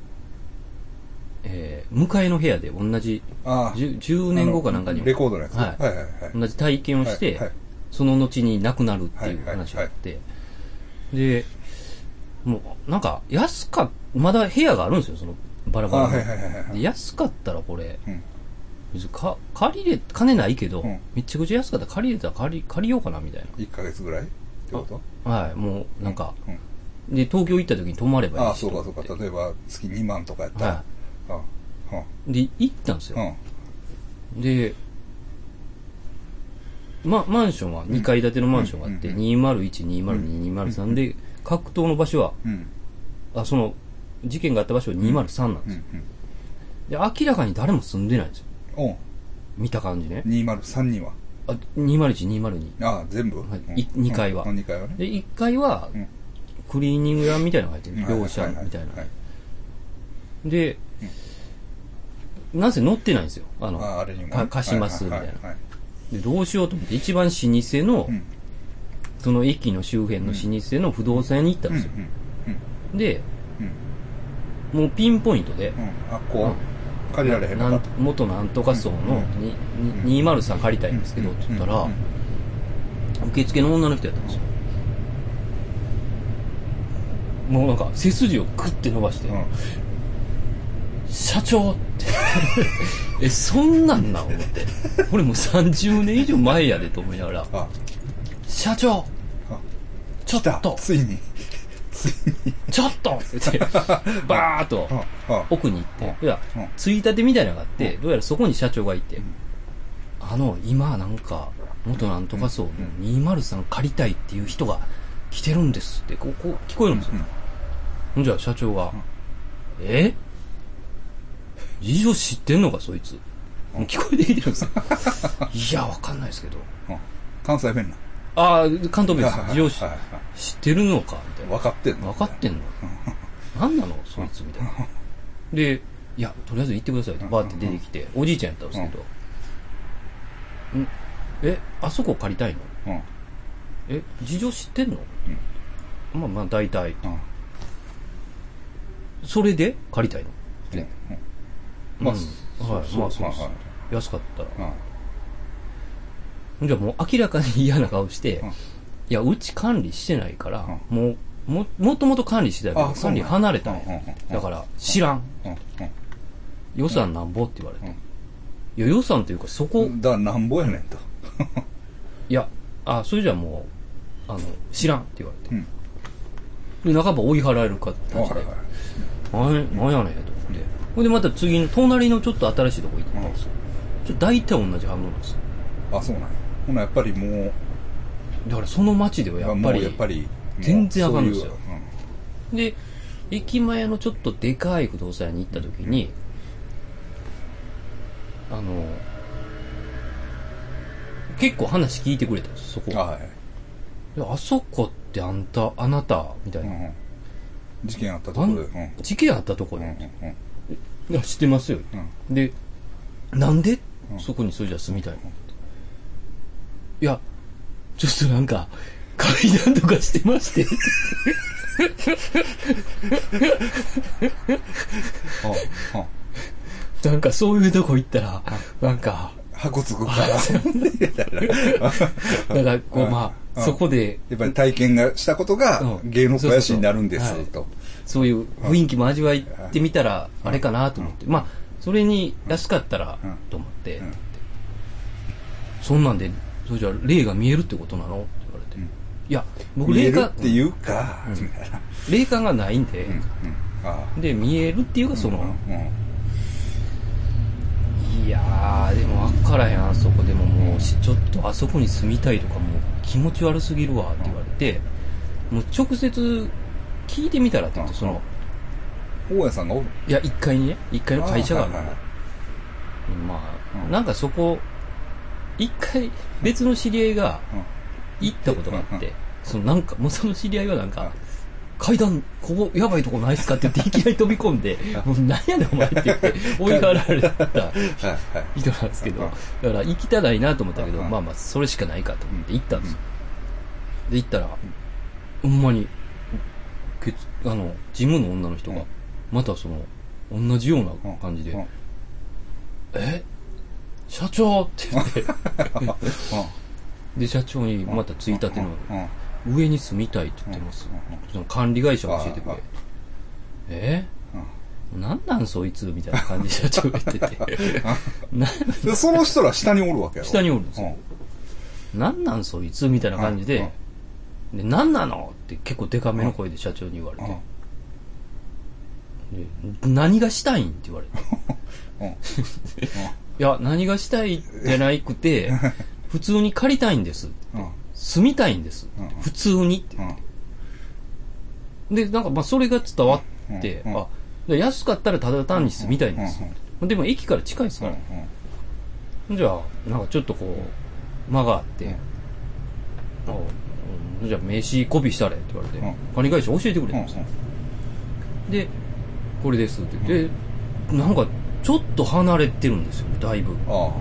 えー向かいの部屋で同じ、ああ 10, 10年後かなんかにあのもレコードのやつ、はいはいはいはい同じ体験をして、はいはいその後に亡くなるっていう話があって、で、もう、なんか、安かっ、まだ部屋があるんですよ、その、バラああバはいはラいはいはの。いで安かったらこれ、うん別にか借りれ、金ないけど、うんめちゃくちゃ安かったら借りれたら借り、借りようかな、みたい1ヶ月ぐらいってことな。はい、もう、なんか、うんで、東京行った時に泊まればあいいあし。そうかそうとか思っ例えば月2万とかやってたらはああい。で、行ったんですうよ。んで、ま、マンションは、2階建てのマンションがあって、うん201、202、203で、格闘の場所は、うんあその事件があった場所は203なんうですんよ、で明らかに誰も住んでないんですようんおう見た感じね203にはあ201202ああ全部、はいうんい二階はうん二階はねで1階はうんクリーニング屋みたいなのが入ってうんる業者はいはいはいみたいなはいでなんせ乗ってないんですよあのああれにもか貸しますみたいなはははでどうしようと思って一番老舗のうんその駅の周辺の老舗の不動産屋に行ったんうんうでんすよでうんもうピンポイントでうんうんあこう借りられへんかななん元なんとか層のにに203借りたいんですけどって言ったらうん受付の女の人やったんですよもうなんか背筋をグッて伸ばして、うんうん社長って えそんなんなん思ってこれもう30年以上前やでと思いながらあ社長あちょ来たっとついについにちょっとって言ってバーッとああ奥に行ってうんいやうんついたてみたいなのがあってどうやらそこに社長がいてあの今なんか元なんとかそう203借りたいっていう人が来てるんですってこうこう聞こえるんですよほんじゃ社長が、え事情知ってんのか、そいつ。もう聞こえてきてるんですよ。いや、わかんないですけど。うん関西弁なああ、関東弁はいです。事情はいはい知ってるのかみたい分かってん な。のわかってんのなんなのそいつみたいな。で、いや、とりあえず行ってくださいって、バーって出てきて、おじいちゃんやったんですけど、んえ、あそこ借りたいのうん。うん。え、事情知ってんの、まあまあ、大体。それで借りたいのねうんまあ、うんそはいまあそうですはい安かったら。はいじゃあもう明らかに嫌な顔して、うんいや、うち管理してないから、もう、も、もともと管理してたあけど、そうな管ん理や離れたんやうんうんうんだから、知らん。うん。うん。予算なんぼって言われて。うんいや、予算というか、そこ、だからなんぼやねんと。いや、あ、それじゃもう、あの、知らんって言われて。うんで、半ば追い払える形で、はいはいはい。なんなんやねんと思って。ほんで、また次の、隣のちょっと新しいとこ行ったんですよ。ちょ大体同じ反応なんですよ。あ、そうなんや。ほな、やっぱりもう、だから、その街ではやっもぱうり、やっぱり、全然あかんのでですすよで、駅前のちょっとでかい不動産屋に行った時に、あの、結構話聞いてくれたんです、そこ。はい。であそこってあんた、あなた、みたいうんな。うん事件あったとこあんろで。うん。うん事件あったとこうで、んいや知ってますよ。うん。うんで、なんで、うんそこにそれじゃ住みたいのっていや、ちょっとなんか、階段とかしてま して。ああなんかそういうとこ行ったら、なんか、箱つく から。だから、こう、まあ、うんそこで、やっぱり体験がしたことがうん芸能肥やしになるんでそうそすうそと。そういう雰囲気も味わってみたら、あれかなと思って。まあ、それに安かったらうん、と思ってうん。そんなんで、それじゃあ霊が見えるってことなのって言われて。んいや、僕見え霊る感っ、ていうか、みたいな。霊感がないんでうん、うんあで、見えるっていうか、そあの、うんうんいやー、でも分からへん、あそこでももう、しちょっとあそこに住みたいとか、もう気持ち悪すぎるわって言われて、もう直接聞いてみたらって言って、その、大家さんがおる。いや、1階にね、1階の会社があるのはいはいまあ、うんなんかそこ、一回別の知り合いが行ったことがあって、そのなんか、もうその知り合いがなんうんか、階段、ここ、やばいとこないっすかって言って、いきなり飛び込んで、もうなんやねんお前って言って、追い払われたはいはい。人なんですけうど、んだから行きたないなと思ったけうど、んまあまあ、それしかないかと思って行ったんですよ。で、行ったら、ほんまに、けつあの、ジムの女の人うがん、またその、同じような感じうんうで ん、え社長って言って、で、社長にまたついたてのうんうん上に住みたいって言ってます。その管理会社教えてくああれ。えなんなんそいつみたいな感じで社長が言ってて。 なでその人ら下におるわけやろ。下におるんですようんなんなんそいつみたいな感じで、で、なんなのって結構デカめの声で社長に言われて。で何がしたいんって言われて。うんうんいや、何がしたいじゃなくて、普通に借りたいんです。うん住みたいんですうん。普通にって。うんで、なんかまあそれが伝わって、うんうんあ、で安かったらただ単に住みたいんです。でも駅から近いですうかんら。じゃあ、なんかちょっとこう、間があって、うんあうんじゃあ名刺コピーしたれって言われて、うん管理会社教えてくれうんたうんんですよ。で、これですって言って、なんかちょっと離れてるんですよ、だいぶ。ああは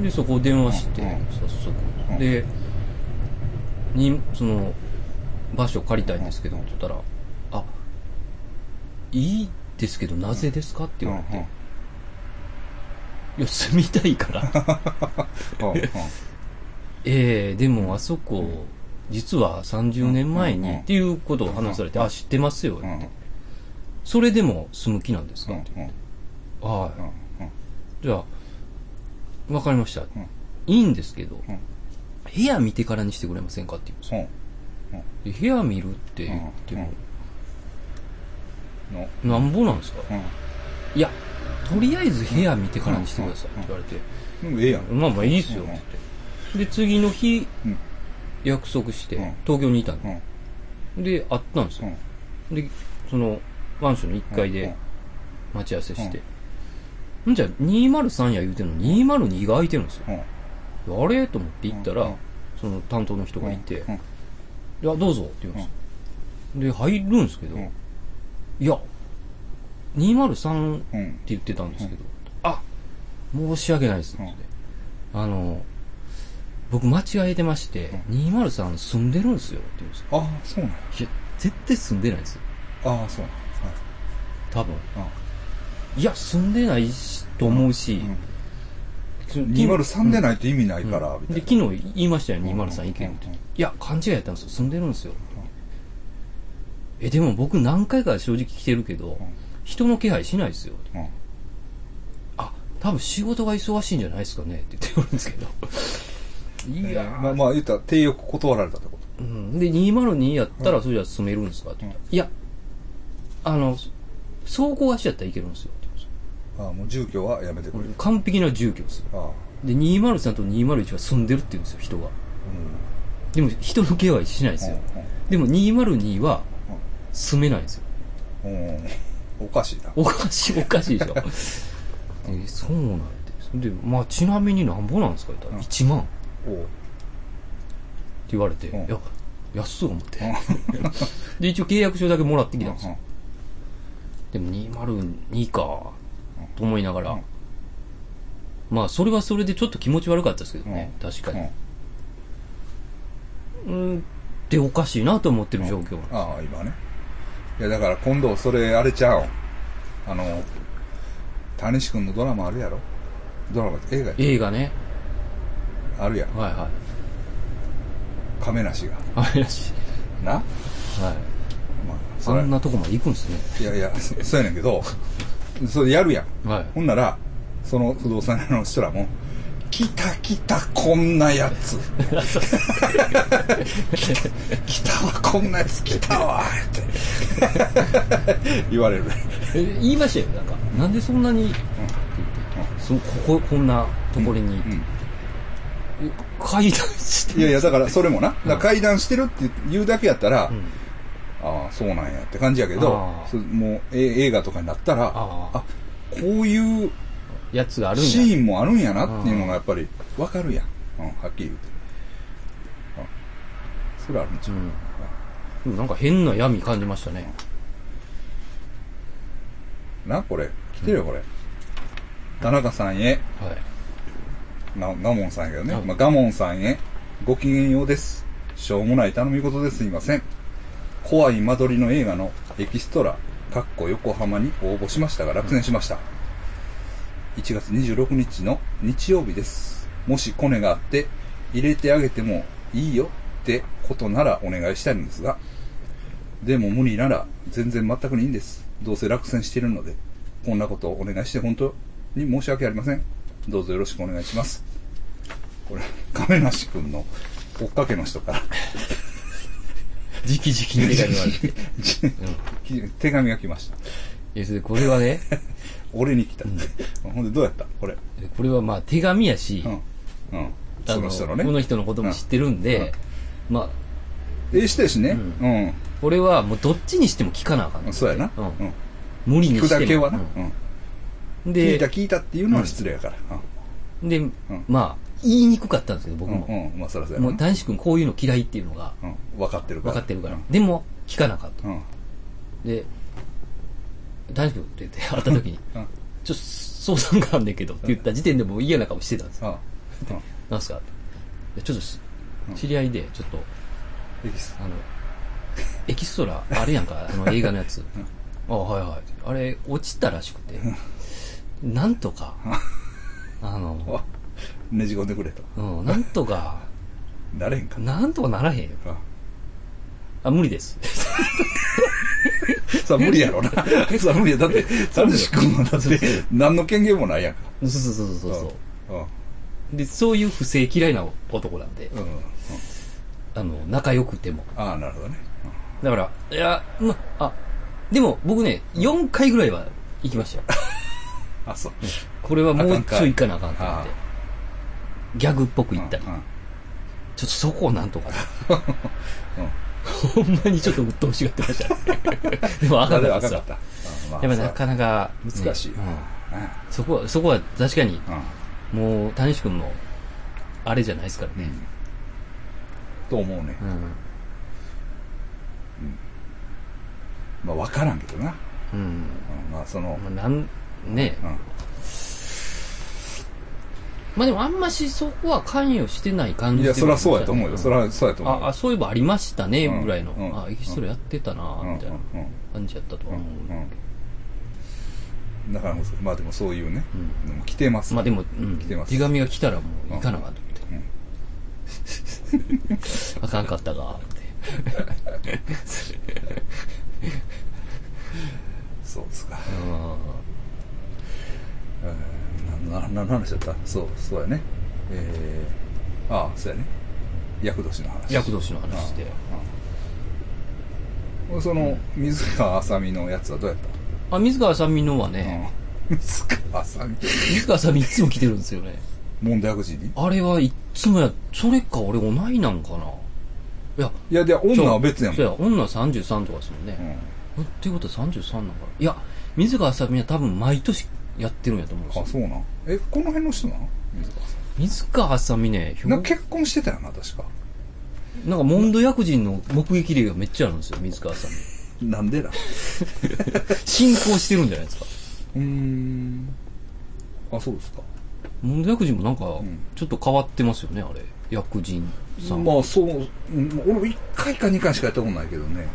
いで、そこを電話して、うん早う速。んで、に、その、場所借りたいんですけど、うっんて言ったら、あ、いいですけど、なぜですかって言われて、うんうんいや、住みた いから。うんうんええでもあそこ、実は30年前うんうんにっていうことを話されて、あ、知ってますよ。うんそれでも住む気なんですかうんうんはうんうんい。じゃあ、わかりました。んいいんですけど、うん部屋見てからにしてくれませんかって言うんですよそうで部屋見るって言っても、のなんぼなんですかうんいや、とりあえず部屋見てからにしてくださいって言われて、でもええやんまあまあいいっすよって言って。で、次の日、うん約束してうん、東京にいたんうでんで、会ったんですうよ。んで、その、マンションの1階うでん待ち合わせして。んじゃ、203や言うてんのに、202が空いてるんですよ。うんあれと思って行ったうんら、その担当の人がいて、いうんや、どうぞって言うんですよ。で、入るんですけど、いや、 203ってうん言ってたんですけど、あ申し訳ないです、うんあの、僕間違えてまして、203住んでるんですよって言うんですよ。ああそうなんやいや、絶対住んでないですよ。ああそうなん多分。はいいや、住んでないし、と思うし、うんその203でないと意味ないから、みたでいな。昨日言いましたよ、203意見って、うんうんうんいや、勘違いやったんですよ、住んでるんですよ、え、でも僕、何回か正直来てるけど、うん人の気配しないですよ、うんあ多分仕事が忙しいんじゃないですかねって言って言われるんですけ ど、いやー、まあまあ言ったら、定欲断られたってこうん、で、202やったら、それじゃ住めるんですかって言ったら、いや、あの、走行足やったらいけるんですよって言うんですよと。ああ、もう住居はやめてくれる。完璧な住居ですよ。ああ、うん。で、203と201は住んでるって言うんですよ、人が。でも、人の気配しないですよ。でも202は住めないんですよ。うんうんうんおかしいな。おかしい、おか しいでしょ。え、そうなんで。で、まあちなみになんぼなんですか言ったら、うん1万っておう言われて、うんいや、安そう思って。で、一応契約書だけもらってきたんですよ。でも202か、と思いながら、うんまあそれはそれでちょっと気持ち悪かったですけどうんね、確かうんに。うん、で、おかしいなと思ってる状況。ああ、今ね。いや、だから今度、それ、あれちゃうん。あの、谷志くんのドラマあるやろドラマ、映画映画ね、あるやん。はいはい。亀梨が。あれらしい。なはい。まあ、そあれんなとこまで行くんですね。いやいや、そそうやねんけど、それやるやん。はい。ほんなら、その不動産屋の人らも、来た来たこんなやつ。 来たわこんなやつ来たわって 言われる。え言いましたよ、なんか。なんでそんなに、そここ、こんなところに、うんえ階段していやいや、だからそれもな、だから階段してるって言うだけやったら、んああ、そうなんやって感じやけどあ、ーそもうえ映画とかになったら、あーあこういうやつがあるんシや。ーンもあるんやなっていうのがやっぱりわかるやん。うん、はっきり言うて。うんそれあるんちゃううんでもなんか変な闇感じましたね。な、これ。来てるよ、これ。田中さんへ、はい。な、ガモンさんやけどねはい。まあ、ガモンさんへ、ごきげんようです。しょうもない頼み事ですいません。怖い間取りの映画のエキストラ、かっこ横浜に応募しましたが落選しました。1月26日の日曜日です。もしコネがあって、入れてあげてもいいよってことならお願いしたいのですが、でも無理なら全然全くいいんです。どうせ落選しているので、こんなことをお願いして本当に申し訳ありません。どうぞよろしくお願いします。これ、亀梨くんの追っかけの人から、じきじきに手紙 がある。手紙が来ました。え、それでこれ はね、俺に来た。ほんでどうやったこれ。これはまあ手紙やしう、ん。うん。あその人のこのね。人のことも知ってるんで、まあ、ええ人やしね。うん。俺はもうどっちにしても聞かなあかんと思って。そうやな。うんうん。無理に聞くしても。だけはな。ううんん。聞いたで、聞いたっていうのは失礼やから。で、まあ、言いにくかったんですけど、う僕ん。うも。ん。うんまあそらそうやもなう、男子君こういうの嫌いっていうのがうん。分かってるか分ら。かってるからうん。でも、聞かなかった。うん。で、大丈夫って言 って会った時に、うん。ちょっと相談があんねんけどって言った時点でもう嫌な顔してたんですよ。あ、うんなんすかってちょっとす知り合いで、ちょっと、エキスあの、エキストラ、あれやんか、あ の映画のやつ。あはいはい。あれ、落ちたらしくて、なん とか、あの、あねじ込んでくれと。うん、なんとか、なれへんかな。なんとかならへんよ。ああ、無理です。さあ無理やろな。 さあ無理や。だって、サルシ君はだって、何の権限もないやんか。そうそうそうそうそう。うん。で、そういう不正嫌いな男なんで、うん。うん。あの、仲良くても。ああ、なるほどね。だから、いや、ま、あ、でも僕ね、4回ぐらいは行きましたよ。あ、そう。これはもうちょい行かなあかんと思っあて。ギャグっぽく行ったりう。んうんちょっとそこをなんとか。ほんまにちょっと鬱陶しがってましたね。でも赤あかでっはた赤かですよった。あまあやっぱなかなか、そう難しいよねうんねそこは、そこは確かに、うもう、谷志くんも、あれじゃないですからん。うね。ん。と思うねう。ん。まあ、わからんけどな。ううん。うんまあその、まあ、なん、ね。うんまあでもあんましそこは関与してない感じいや、そりゃそうやと思うよ。そりゃ。ゃそうやと思うよ。あ、あ、そういえばありましたね、うんぐらいの。うんあ、エキストラやってたな、うんみたいなうんうん感じやったとは思う。うんだからもうまあでもそういうね、うんでも来てます、まあでも、うん来てます手紙が来たらもう行かなかと思って。うん あかんかったか、って。そうですかううんなな何の話だったそうそうやねえー、ああそうやね厄年のん。話役年の話で。うんその水川あさみのやつはどうやっあ、水川さんみのはた、ね、うん、水川あさみ水川さんみいつも来てるんですよね。問題悪人にあれはいっつもや、それか俺同いなんかな。いや、いやで女は別やもんそうや、女は33とかですもんね。えっていうことは33なんかないや、水川あさみは多分毎年やってるんやと思うんですうん、あよ。そうなんえこの辺の人なの水川さ水川あさみね、ひょんなんか結婚してたよな確かなんかモンド薬人の目撃例がめっちゃあるんですよ、水川あさみ。なんでだ信仰してるんじゃないですか。うーんあそうですかモンド薬人もなんかん、ちょっと変わってますよね、あれ。薬人さん。まあそう、うん俺も1回か2回しかやったことないけどね。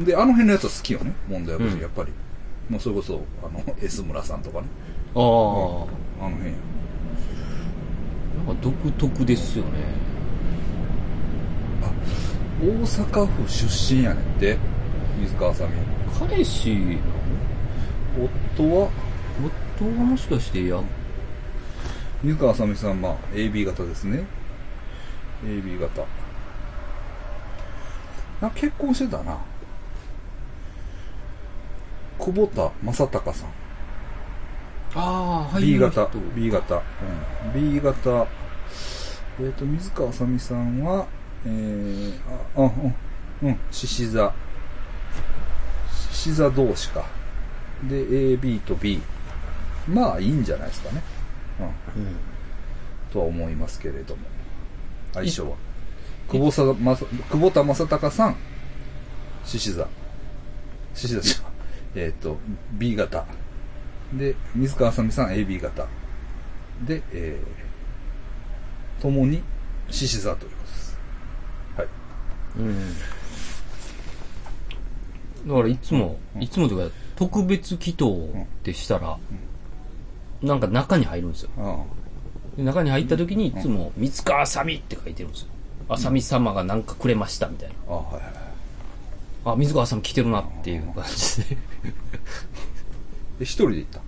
で、あの辺のやつは好きよね、問題は、うんやっぱり。もうそれこそ、あの、S 村さんとかね。ああああ。の辺や。なんか独特ですよね。あ、大阪府出身やねんって、水川あさみ。彼氏の夫は、夫がもしかしてや、水川あさみさん、まあ、AB 型ですね。AB 型。な結婚してたな。久保田正隆さん。ああ、 B 型、B 型、うん、B 型、えっ、と、水川あさみさんは、えー、あ、あ、うん、うん、獅子座、獅子座同士か。で、A、B と B。まあ、いいんじゃないですかね。うん、うん。とは思いますけれども。相性は。久保さ、まさ、久保田正隆さん、獅子座。獅子座じゃん。えっ、と、B 型。で、水川あさみさん AB 型。で、えー、共に獅子座ということです。はい。うん。だからいつも、いつもというか、特別祈祷でしたら、なんか中に入るんですよ。あで中に入った時にいつも、三塚あさみって書いてるんですよ。あさみ様がなんかくれましたみたいな。あ、ああはいはいはい。あ、水川あさみ来てるなっていう感じで。 で、一人で行った。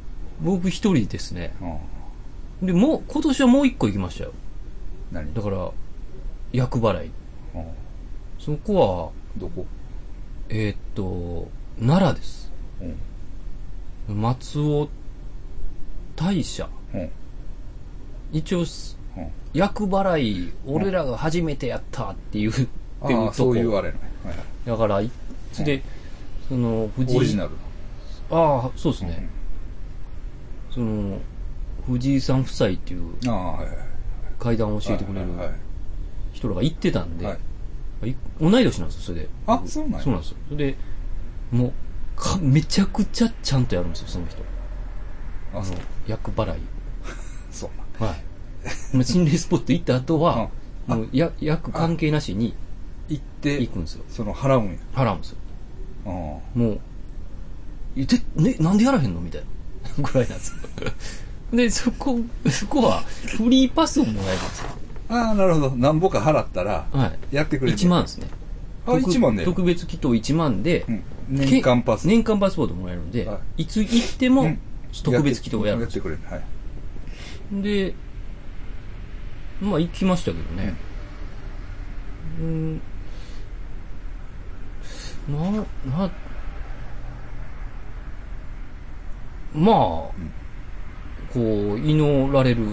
僕一人ですね。うん。で、もう、今年はもう一個行きましたよ。何だから、厄払い。うんそこは、どこえーっと、奈良です。うん。松尾大社。うん。一応、うん。厄払い、俺らが初めてやったっていう、っていうあとあ、こ。そういうあれね。はいはいだから、いそれで、その、藤井。オリジナル。ああ、そうですね。その、藤井さん夫妻っていうああ、はいはい。階段を教えてくれるはいはい人らが行ってたんで、はい。い同い年なんですよ、それで。あ、そうなんや。そうなんですよ。それで、もう、かめちゃくちゃちゃんとやるんですよ、その人。あ、そう。厄払い。そう はい。まあ心霊スポット行った後は、もう、や、役関係なしに行って行、くんですよ。その、払うんや。払うんですよ。うん。もう、えで、ね、なんでやらへんのみたいな。 ぐらいなんですよ。 で、そこ、そこは、フリーパスをもらえるんですよ。ああ、なるほど。なんぼか払ったら、はい。やってくれる。 1万で。すね。あ、一万で。特別祈祷1万で、うん年間パス。け年間パスポートもらえるんで、、はいつ行ってもうん、特別祈祷をやるんやでっすてよ。くれる。はい。で、まあ行きましたけどね。うん。な、な、まあ、こう、祈られる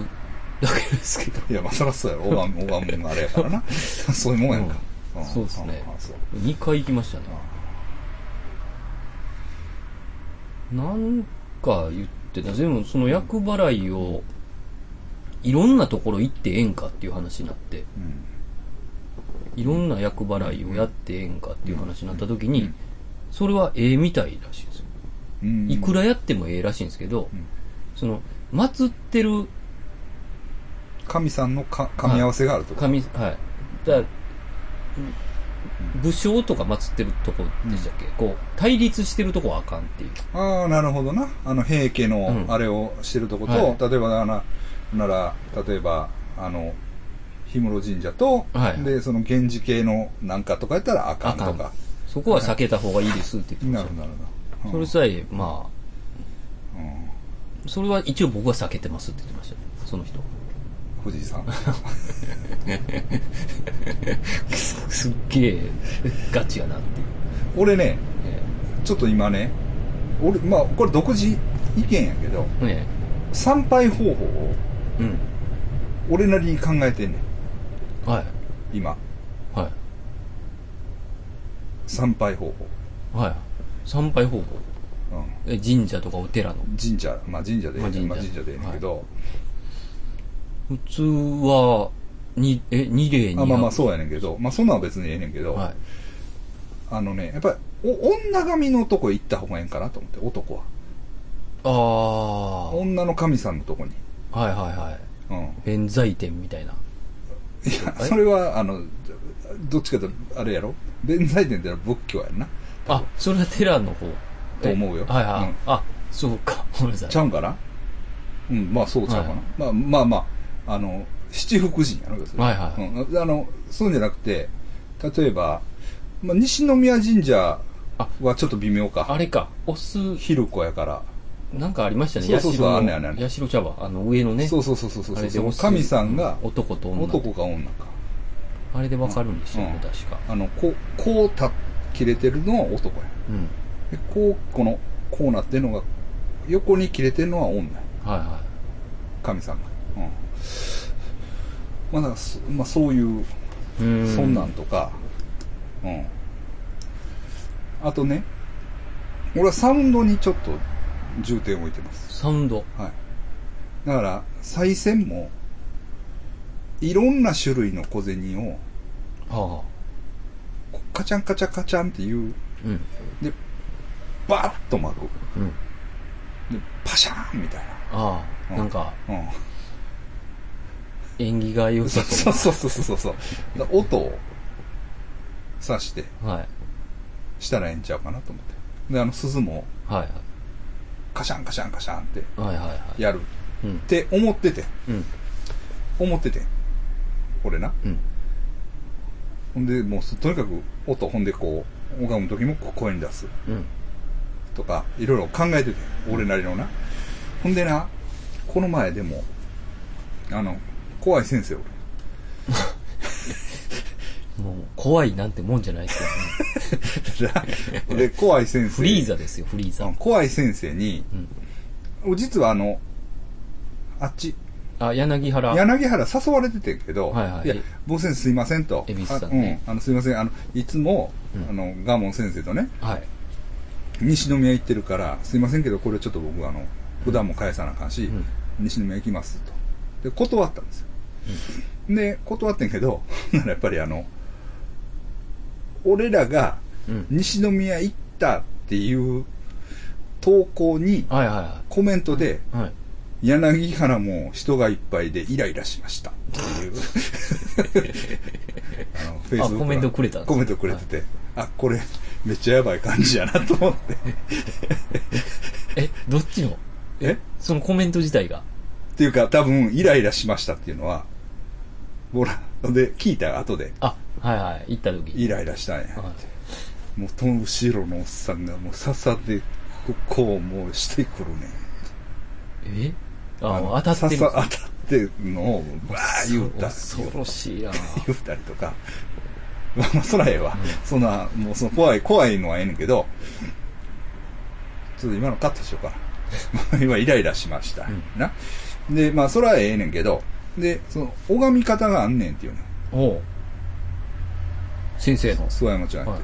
だけですけど。いや、まあ、そらそうやろ。おばん、おばんもんがあれやから な。そういうもんやんか。うんんそうですねあそう。 2回行きましたね。なんか言ってた。でも、その厄払いを、いろんなところ行ってええんかっていう話になって。うん。いろんな厄払いをやってええんかっていう話になった時に、うんそれはええみたいらしいんですよ。うんいくらやってもええらしいんですけど、うんその、祀ってる神さんのか噛み合わせがあるとか。神、はい。だから武将とか祀ってるとこでしたっけ、こう、対立してるとこはあかんっていう。ああ、なるほどな。あの、平家のう、んあれをしてるとこと、は例えばな、なら、例えば、あの、氷室神社と、はいで、その、源氏系のなんかとかやったらあかんとあかかん。そこは避けた方がいいですって言ってまなしるたほよ。ど、なるほそど。れさえ、まうんうんあ、それは一応僕は避けてますって言ってましたね。その人。 藤井さん。 すっげえ、ガチやなっていう。俺ね、えちょっと今ね、俺、まあ、これ独自意見やけど、えね参拝方法をえ。うん。俺なりに考えてんねん、はい。今。はい。参拝方はい。参拝方法。法。うん。え神社とかお寺の。神社、まあ神社で、ままああ神神社社でええねんけど、普通は、に、え、二礼二あまあまあう。そうやねんけど、まあそんなんは別にええねんけど、はい。あのね、やっぱり、お女神のとこ行った方がええんかなと思って、男は。ああ。はい女の神さんのとこに。はいはい。うん。い弁財天みたいな。や、えそれは、あの、どっちかと、あれやろ弁財天ってのは仏教やんな。あ、それは寺の方。と思うよえはいはい。うんあ、そうか。ごめんなさい。ちゃうんかなうん、まあそうちゃうかな。はいまあまあまあ、あの、七福神やろ、要するにはいはいうん。あの、そうじゃなくて、例えば、まあ、西宮神社はちょっと微妙か。あれか。お酢、昼子やから。なんかありましたね。そうそうそう社のあんねんあんねんあんねん社茶碗。あの、上のね。そうそうそうそうそうあれでそおの酢神さんが男と女。男か女か。あれでわかるんでしょうね、うん確か。あの、こう、こうた、切れてるのは男や。うん。で、こう、この、こうなってるのが、横に切れてるのは女や。はいは神さんが。うん。まあ、だからそまあ、そういう、い。うんそんなんとか、うん。あとね、俺はサウンドにちょっと重点を置いてます。サウンド。はい。だから、再銭も、いろんな種類の小銭を、はあ。こうカチャンカチャカチャンっていう、うん。バーッと巻く。うん。で、パシャーンみたいあうあ。んなんか、な。うん。縁起が 良そさうそそうそうそうそうそう。だから音を刺して、う。はい。したらええんちゃうかなと思って。で、あの、鈴も、はいカシャンカシャンカシャンってはい。はいはいはい。やるうんっ。て思ってて。うん。思っててん俺なうん。ほんでもうすとにかく音ほんでこう拝む時もこう声に出すうん。とかいろいろ考えててん俺なりのなほんでなこの前でもあの怖い先生おるもう、怖いなんてもんじゃないですよね。 で怖い先生フリーザですよ、フリーザ。うん怖い先生にうん。実はあのあっちあ、柳原。柳原誘われててんけど、はいはいや、坊先生すいませんと。恵比寿さんねあうん、あの、すいません、あの、いつも、うんあの、ガモン先生とね、はい。西宮行ってるから、すいませんけど、これちょっと僕、あの、普段も返さなあかんし、うん西宮行きますと。で、断ったんですよ。で、断ってんけど、 ならやっぱりあの、俺らがうん。西宮行ったっていう投稿に、はいはいはコメントで、い。はい。柳原も人がいっぱいでイライラしましたって いう。あの、フあコメントくれたんですコメントくれてて、あ、これ、めっちゃやばい感じやなと思って。え、どっちのえそのコメント自体が。っていうか、多分、イライラしましたっていうのは、ほら、で、聞いた後で、あ、はいはい。行った時。イライラしたんや。はいもう、その後ろのおっさんが、もう、笹で、ここう、もうしてくるね。えあのあ、当たってる。笹当たってるのを、わー言うた。恐ろしいな言ったりとか。まあまあ、そらええわ。そんな、もうその怖い、怖いのはええねんけど、ちょっと今のカットしようかな。 今、イライラしました。な。で、まあ、そらええねんけど、で、その、拝み方があんねんっていうね。おう先生の。諏訪山ちゃんって。はい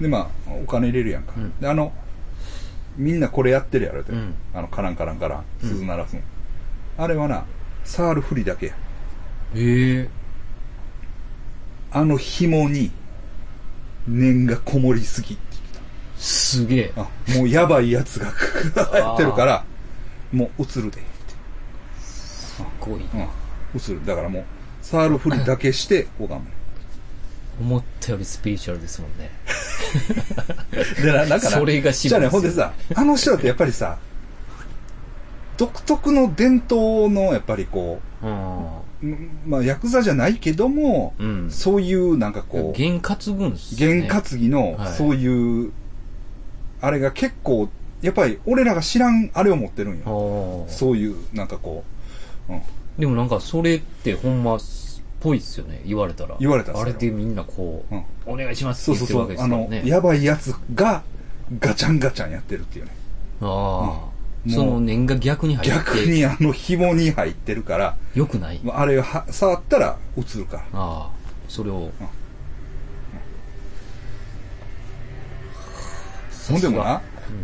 で、まあ、お金入れるやんか。うんで、あの、みんなこれやってるやろって。うんあの、カランカランカラン、うん鈴鳴らすの。あれはな、サールフリだけや。ええ。あの紐に、念がこもりすぎって言ってた。すげえ。あもうやばいやつが やってるからもう映るでってすっごい。うん映るだからもう触るふりだけして拝む思ったよりスピリチュアルですもんね。でなだからそれが渋いですよじゃあねほんでさあの人だってやっぱりさ独特の伝統のやっぱりこうう、んまあ、ヤクザじゃないけども、ん。うん。そういうなんかこう験担ぐんですね。験担ぎのはいそういう、あれが結構やっぱり俺らが知らんあれを持ってるんよああ。そういうなんかこう、うん、でもなんかそれってほんまっぽいっすよね。言われたら。言われたらあそれれはでみんなこう、うんお願いしますそっうてそう言ってるそわうけですあの、やからね。ばいやつがガチャンガチャンやってるっていうねああ、うんその念が逆に入って逆にあの紐に入ってるから良くない、まああれは触ったら映るからああそれをほんでもなさ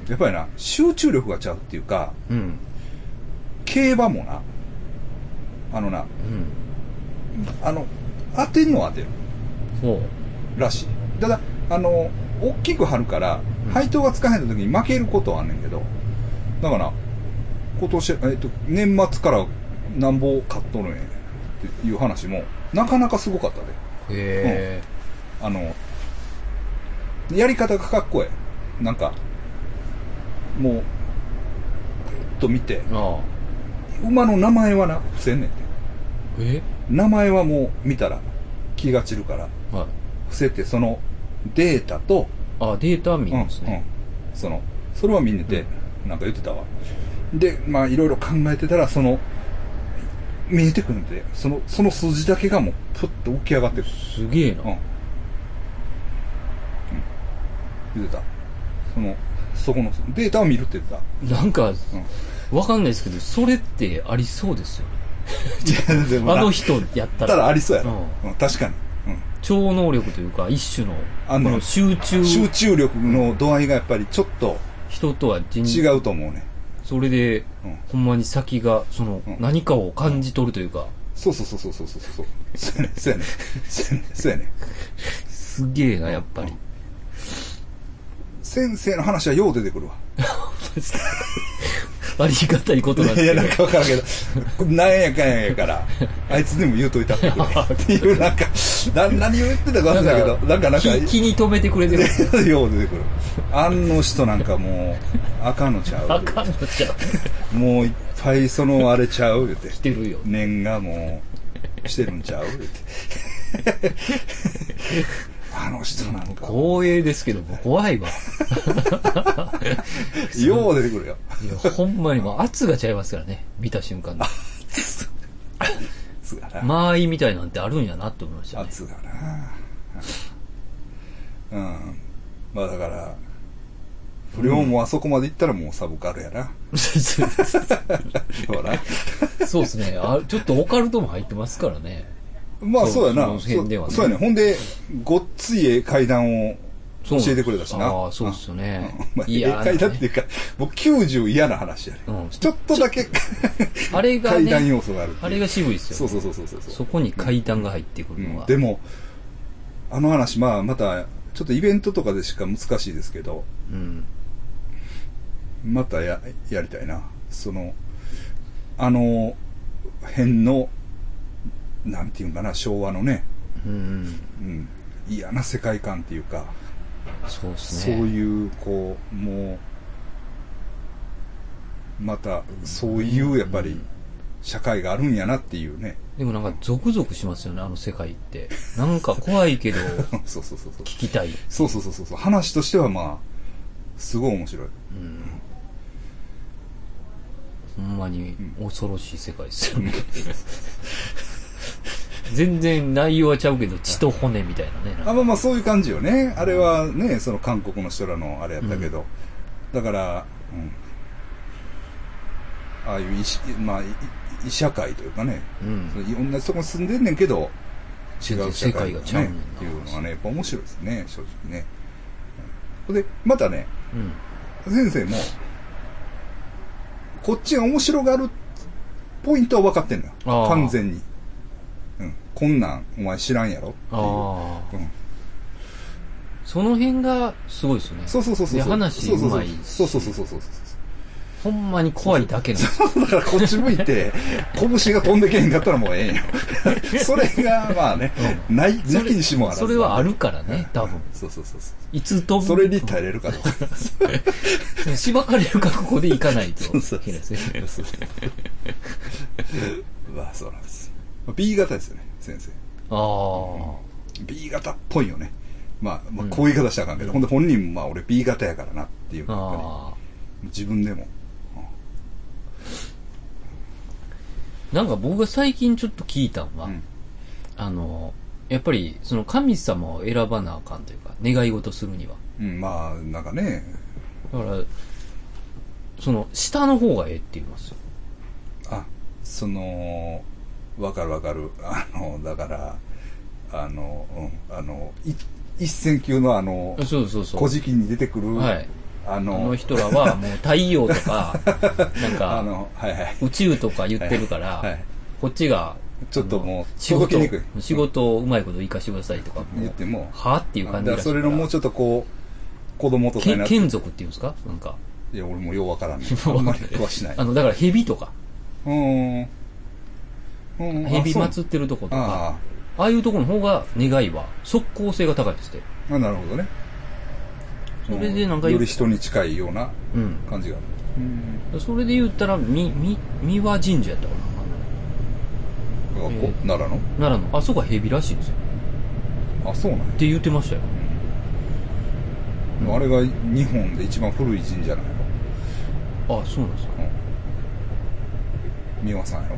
やっぱりな集中力がちゃうっていうかうん競馬もなあのなうんあの当てんのは当てるほらしいただあの大きく張るからうん配当がつかへんの時に負けることはあんねんけどだから今年、えっと、年末からなんぼ買っとるんやねんっていう話もなかなかすごかったでうへえ、あのやり方がかっこええなんかもうグッと見てああ馬の名前はな伏せんねんてえ名前はもう見たら気が散るからはい伏せてそのデータとああデータ見るんですうんうんね、そのそれは見んでて、なんか言ってたわでまあいろいろ考えてたらその見えてくるんでそのその数字だけがもうプッと浮き上がってくるすげえな、うん、うん、言ってたそのそこのデータを見るって言ってたなんか、んわかんないですけどそれってありそうですよ でもあなの人やったたららありそうやろ、ううん確かに、うん超能力というか一種のあんのこの集中集中力の度合いがやっぱりちょっと人とは人違うと思うね、それで、うんほんまに先がその、うん何かを感じ取るというかそうそうそうそうそうそう そうそうやねそうやねそうやねそうや ねすげえなやっぱり、 先生の話はよう出てくるわ。ありがたいことなんいですや、けどなんかわからんけど、なんやかんやから、あいつでも言うといたってく れ。っていう、なんか、な何を言ってたか忘れたけど、なんか、なんか、気気に留めてくれてる。 よう出てくる。あの人なんかもう、赤のちゃあかんのちゃう。う。もういっぱいそのあれちゃう、言うて。来てるよ。念がもう、してるんちゃう、 言うて。あの人なんか、光栄ですけど、もう怖いわ。よう出てくる よ。いや、ほんまにもう圧がちゃいますからね。見た瞬間に。つがな。間合いみたいなんてあるんやなって思いましたね。圧がなうんまあだから不良もあそこまで行ったらもうサブカルやな、 ほらそうですねあ。ちょっとオカルトも入ってますからね。 まあそうやなそうその辺ではねそうやねほんでごっついええ階段を教そうなんですえてくれたしなああ、そうっすよねうん ま。あええ嫌なね階段っていうか僕90嫌な話やね、うんちょっとだけあれが 階段ね、要素があるっていうあれが渋いですよ。そうそうそうそうそうそこに階段が入ってくるのうは。んでもあの話まあまたちょっとイベントとかでしか難しいですけどうん。またややりたいなそのあの辺のなんていうんかな昭和のね、うん。うん、嫌な世界観っていうか、そうっすそうね。いうこうもうまたそういうやっぱり社会があるんやなっていうね でもなんかゾクゾクしますよね、あの世界って。なんか怖いけど、そうそうそうそう聞きたい。そうそうそうそうそう話としてはまあすごい面白い、うんほんまに恐ろしい世界で すよね。全然内容はちゃうけど、血と骨みたいなね。なんあかまあまあそういう感じよねあれはねその韓国の人らのあれやったけど、だから、うん、ああいう異しまあい異社会というかね、うん。その同じとこに住んでんねんけど違う社会世界がだねちゃうねんなっていうのがねやっぱ面白いですね正直ね、うんでまたねうん。先生もこっちが面白がるポイントは分かってんのよあー完全に、うん、こんなんお前知らんやろっていうあうあ。んその辺がすごいですよね。そうそうそうそう。で話そううそうまいしそうそうそうそうそうそうほんまに怖いだけなんですそう。だからこっち向い て、拳が飛んでけへんかったらもうええんよ。それが、まあね、ない、なきにしもあらず。それはあ。るからね、多分。そうそうそうそう。いつ飛ぶそれに耐えれるかどうか。しばかれる覚悟でいかないと。 そうそうそう平瀬先生まあそうなんですよ。まあ B 型ですよね、先生。ああ。 B 型っぽいよね。まあ、まあ、うんこういう言い方したらあかんけど、ほんで本人もまあ俺 B 型やからなっていうのがやっぱああ。り、自分でも。なんか僕が最近ちょっと聞いたのは、うんあの、やっぱりその神様を選ばなあかんというか、願い事するには。うん、まあ、なんかね、だから、その、下の方がええって言いますよ。あ、その、わかるわかる。あの、だから、あの、うん、あの、い一戦級のあの、そうそうそう。古事記に出てくる、はい。ああの、の人らはもう太陽と か、なあんか、の、はいはい。宇宙とか言ってるから、はい。こっちが、ちょっともう、仕届事きにくい。、仕事をうまいこと生かしてくださいとか、言っても、はっていあうだか感じららしいそれのもうちょっとこう、子供とかけになって、い眷属っていうんですかなんか。や、俺もようわからん ね。あんまり詳しないあ。の、だから蛇とか、うーん。うん、あ蛇そう祀ってるとことか、あああいうところの方が願いは即効性が高いですって。ああ、なるほどね。それでなんかうん言ようり人に近いようなうん。感じがある。うん。それで言ったら、み、み、三輪神社やったかな。こえー奈良の奈良の、あそこは蛇らしいんですよ。あ、そうなんやって言ってましたよ。うんあれが日本で一番古い神社なのよ。あ、そうなんですか。うん。美輪さんやろ。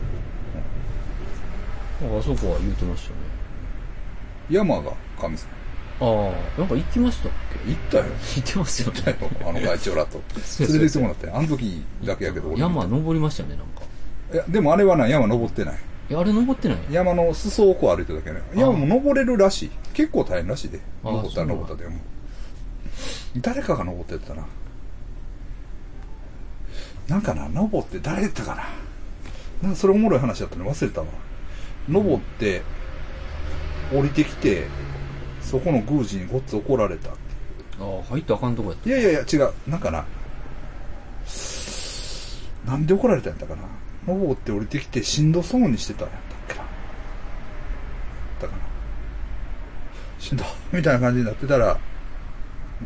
あそこは言ってましたね。山が神様。ああ、なんか行きましたっ行ったよ。 け行ってますよね。行ったよあの会長らと。 そう連れて行ってもらって。あの時だけやけど、俺山登りましたね、なんか。いや、でもあれはな、山登ってない。いや、あれ登ってない山の裾をこう歩いただけやね。山も登れるらしい。結構大変らしいで。あ登ったらそうなん登ったで。うん誰かが登ってったな。なんかな、登って誰やったかな。なんかそれおもろい話だったね。忘れたわ。登って、降りてきて、そこの宮司にごっつ怒られたって。ああ、入ったらあかんとこやっいやいやいや、違う。なんかな。なんで怒られたんやったかな。登って降りてきてしんどそうにしてたんやったっけな。だかな。しんど、みたいな感じになってたら、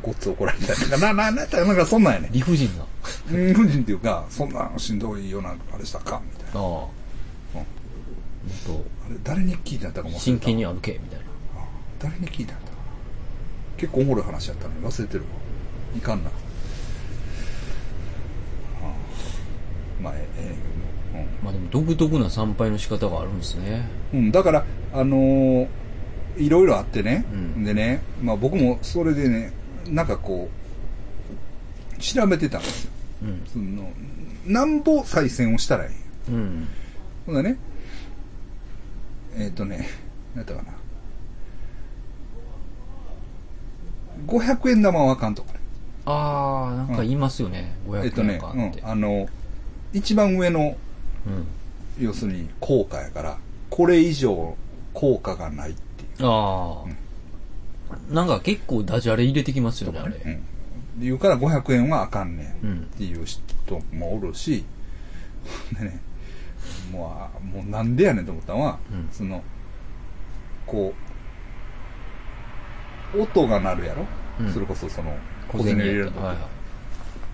ごっつ怒られたんやったかな。な、な、な、なんかそんなんやねた。。理不尽 な。うん無人っていうか、そんなんしんどいような、あれしたらあかん、みたいな。ああ。もっあれ、誰に聞いたんやったかも忘れた。と、真剣に歩け、みたいな。誰に聞いたんだ結構おもろい話やったのに忘れてるわいかんな、ああまあええええねんけまあでも独特な参拝の仕方があるんですね。どうん、うん、だからあのーいろいろあってね、うんでね、まあ、僕もそれでねなんかこう調べてたんですようん。そのなんぼ再選をしたらいいうん。ほんだね、えっ、とね、なんやったかな。500円玉はあかんとかね。ああ、なんか言いますよね。えっ、 500と円ね、かっうんて。あの、一番上の、うん。要するに効果やから、これ以上効果がないっていああ。なんか結構ダジャレ入れてきますよね、あう。うれ。ん。言うから500円はあかんね。うんんっ。ていう人もおるし、ほんでね、もうあ、もうなんでやねんと思ったのは、うんその、こう、音が鳴るやろ、うんそれこそその、小小銭銭を入れ入るれと、た。はいは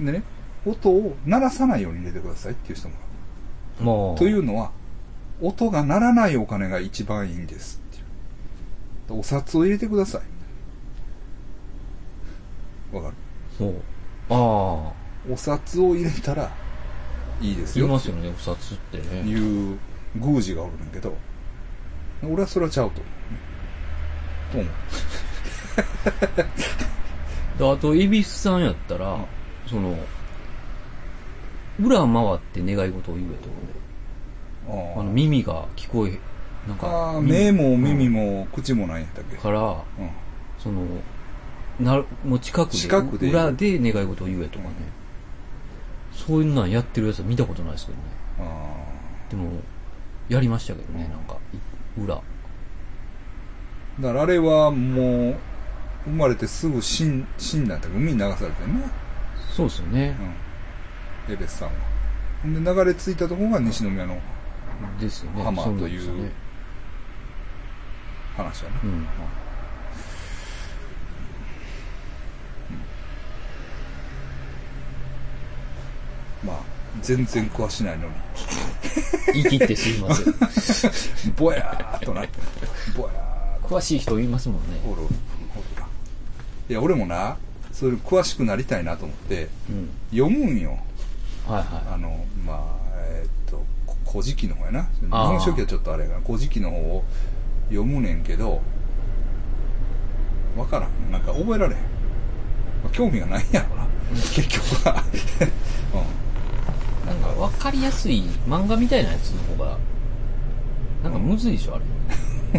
でね、音を鳴らさないように入れてくださいっていう人もいい。もう。るというのは、音が鳴らないお金が一番いいんですっていう。お札を入れてください。わかるそう。ああ。お札を入れたらいいです言よいっていうますよね、お札ってね。いう宮司がおるねんだけど、俺はそれはちゃうと思う。と思であと、恵比寿さんやったら、うんその、裏回って願い事を言えと。う。ああの、の耳が聞こえ、なんあかー、目耳も耳も口もないんやったっけ、から、うん、その、なる、もう近くで、近くで裏で願い事を言えとかね。そういうなんやってるやつは見たことないですけどね。あでも、やりましたけどね、なんか、い裏。ーだからあれはもう、生まれてすぐ死ん死んだんだけど海に流されてね、そうですよね。うん、エベスさんはほんで流れ着いたところが西宮のですよね。ハマーそとうなんいでうすよね話やな、うん。まあ全然詳しないのに 言い切ってすいません。ぼやーっとなってぼやーっと詳しい人言いますもんね。おるおるないや俺もなそれ詳しくなりたいなと思ってうん。読むんよはいはあのまあえーっと「こ古事記」の方やな「日あー本書紀」はちょっとあれやな「古事記」の方を読むねんけどわからんなんか覚えられへん、まあ興味がないんやろな結局は、 い。なんか分かりやすい漫画みたいなやつの方が、なんかむずいでしょ、あ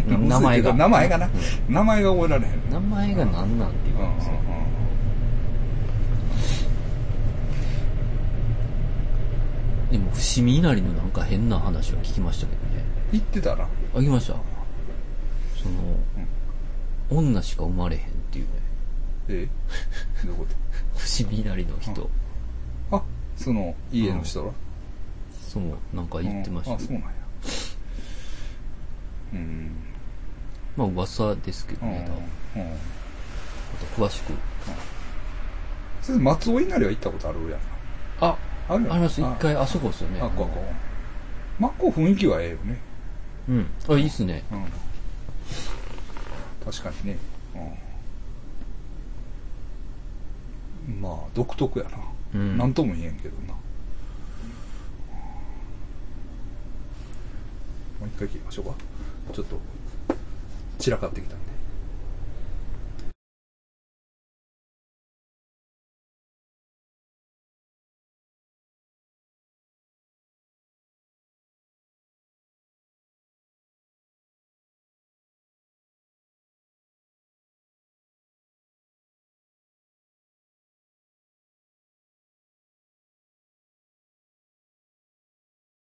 れ。うん、名前が。名前がな、名前が覚えられへん名前が何なんていううんうんかうんですね。でも、伏見稲荷のなんか変な話を聞きましたけどね。言ってたなあ、聞きました。その、女しか生まれへんっていうね。えどういうこ伏見稲荷の人、とあその家の人ら、そう、なんか言ってましたうんあけそうど、なんやうんまあ噂ですけどうんね、多分うんあと詳しく。それ松尾稲荷は行ったことあるやんあ、あるやんあります、一あ回、あそこですよね。あこうこうマッコウ雰囲気はええよねうん。あ、いいっすね。うん確かにねうんまあ独特やなうん。何とも言えんけどなもう一回切りましょうかちょっと散らかってきたんで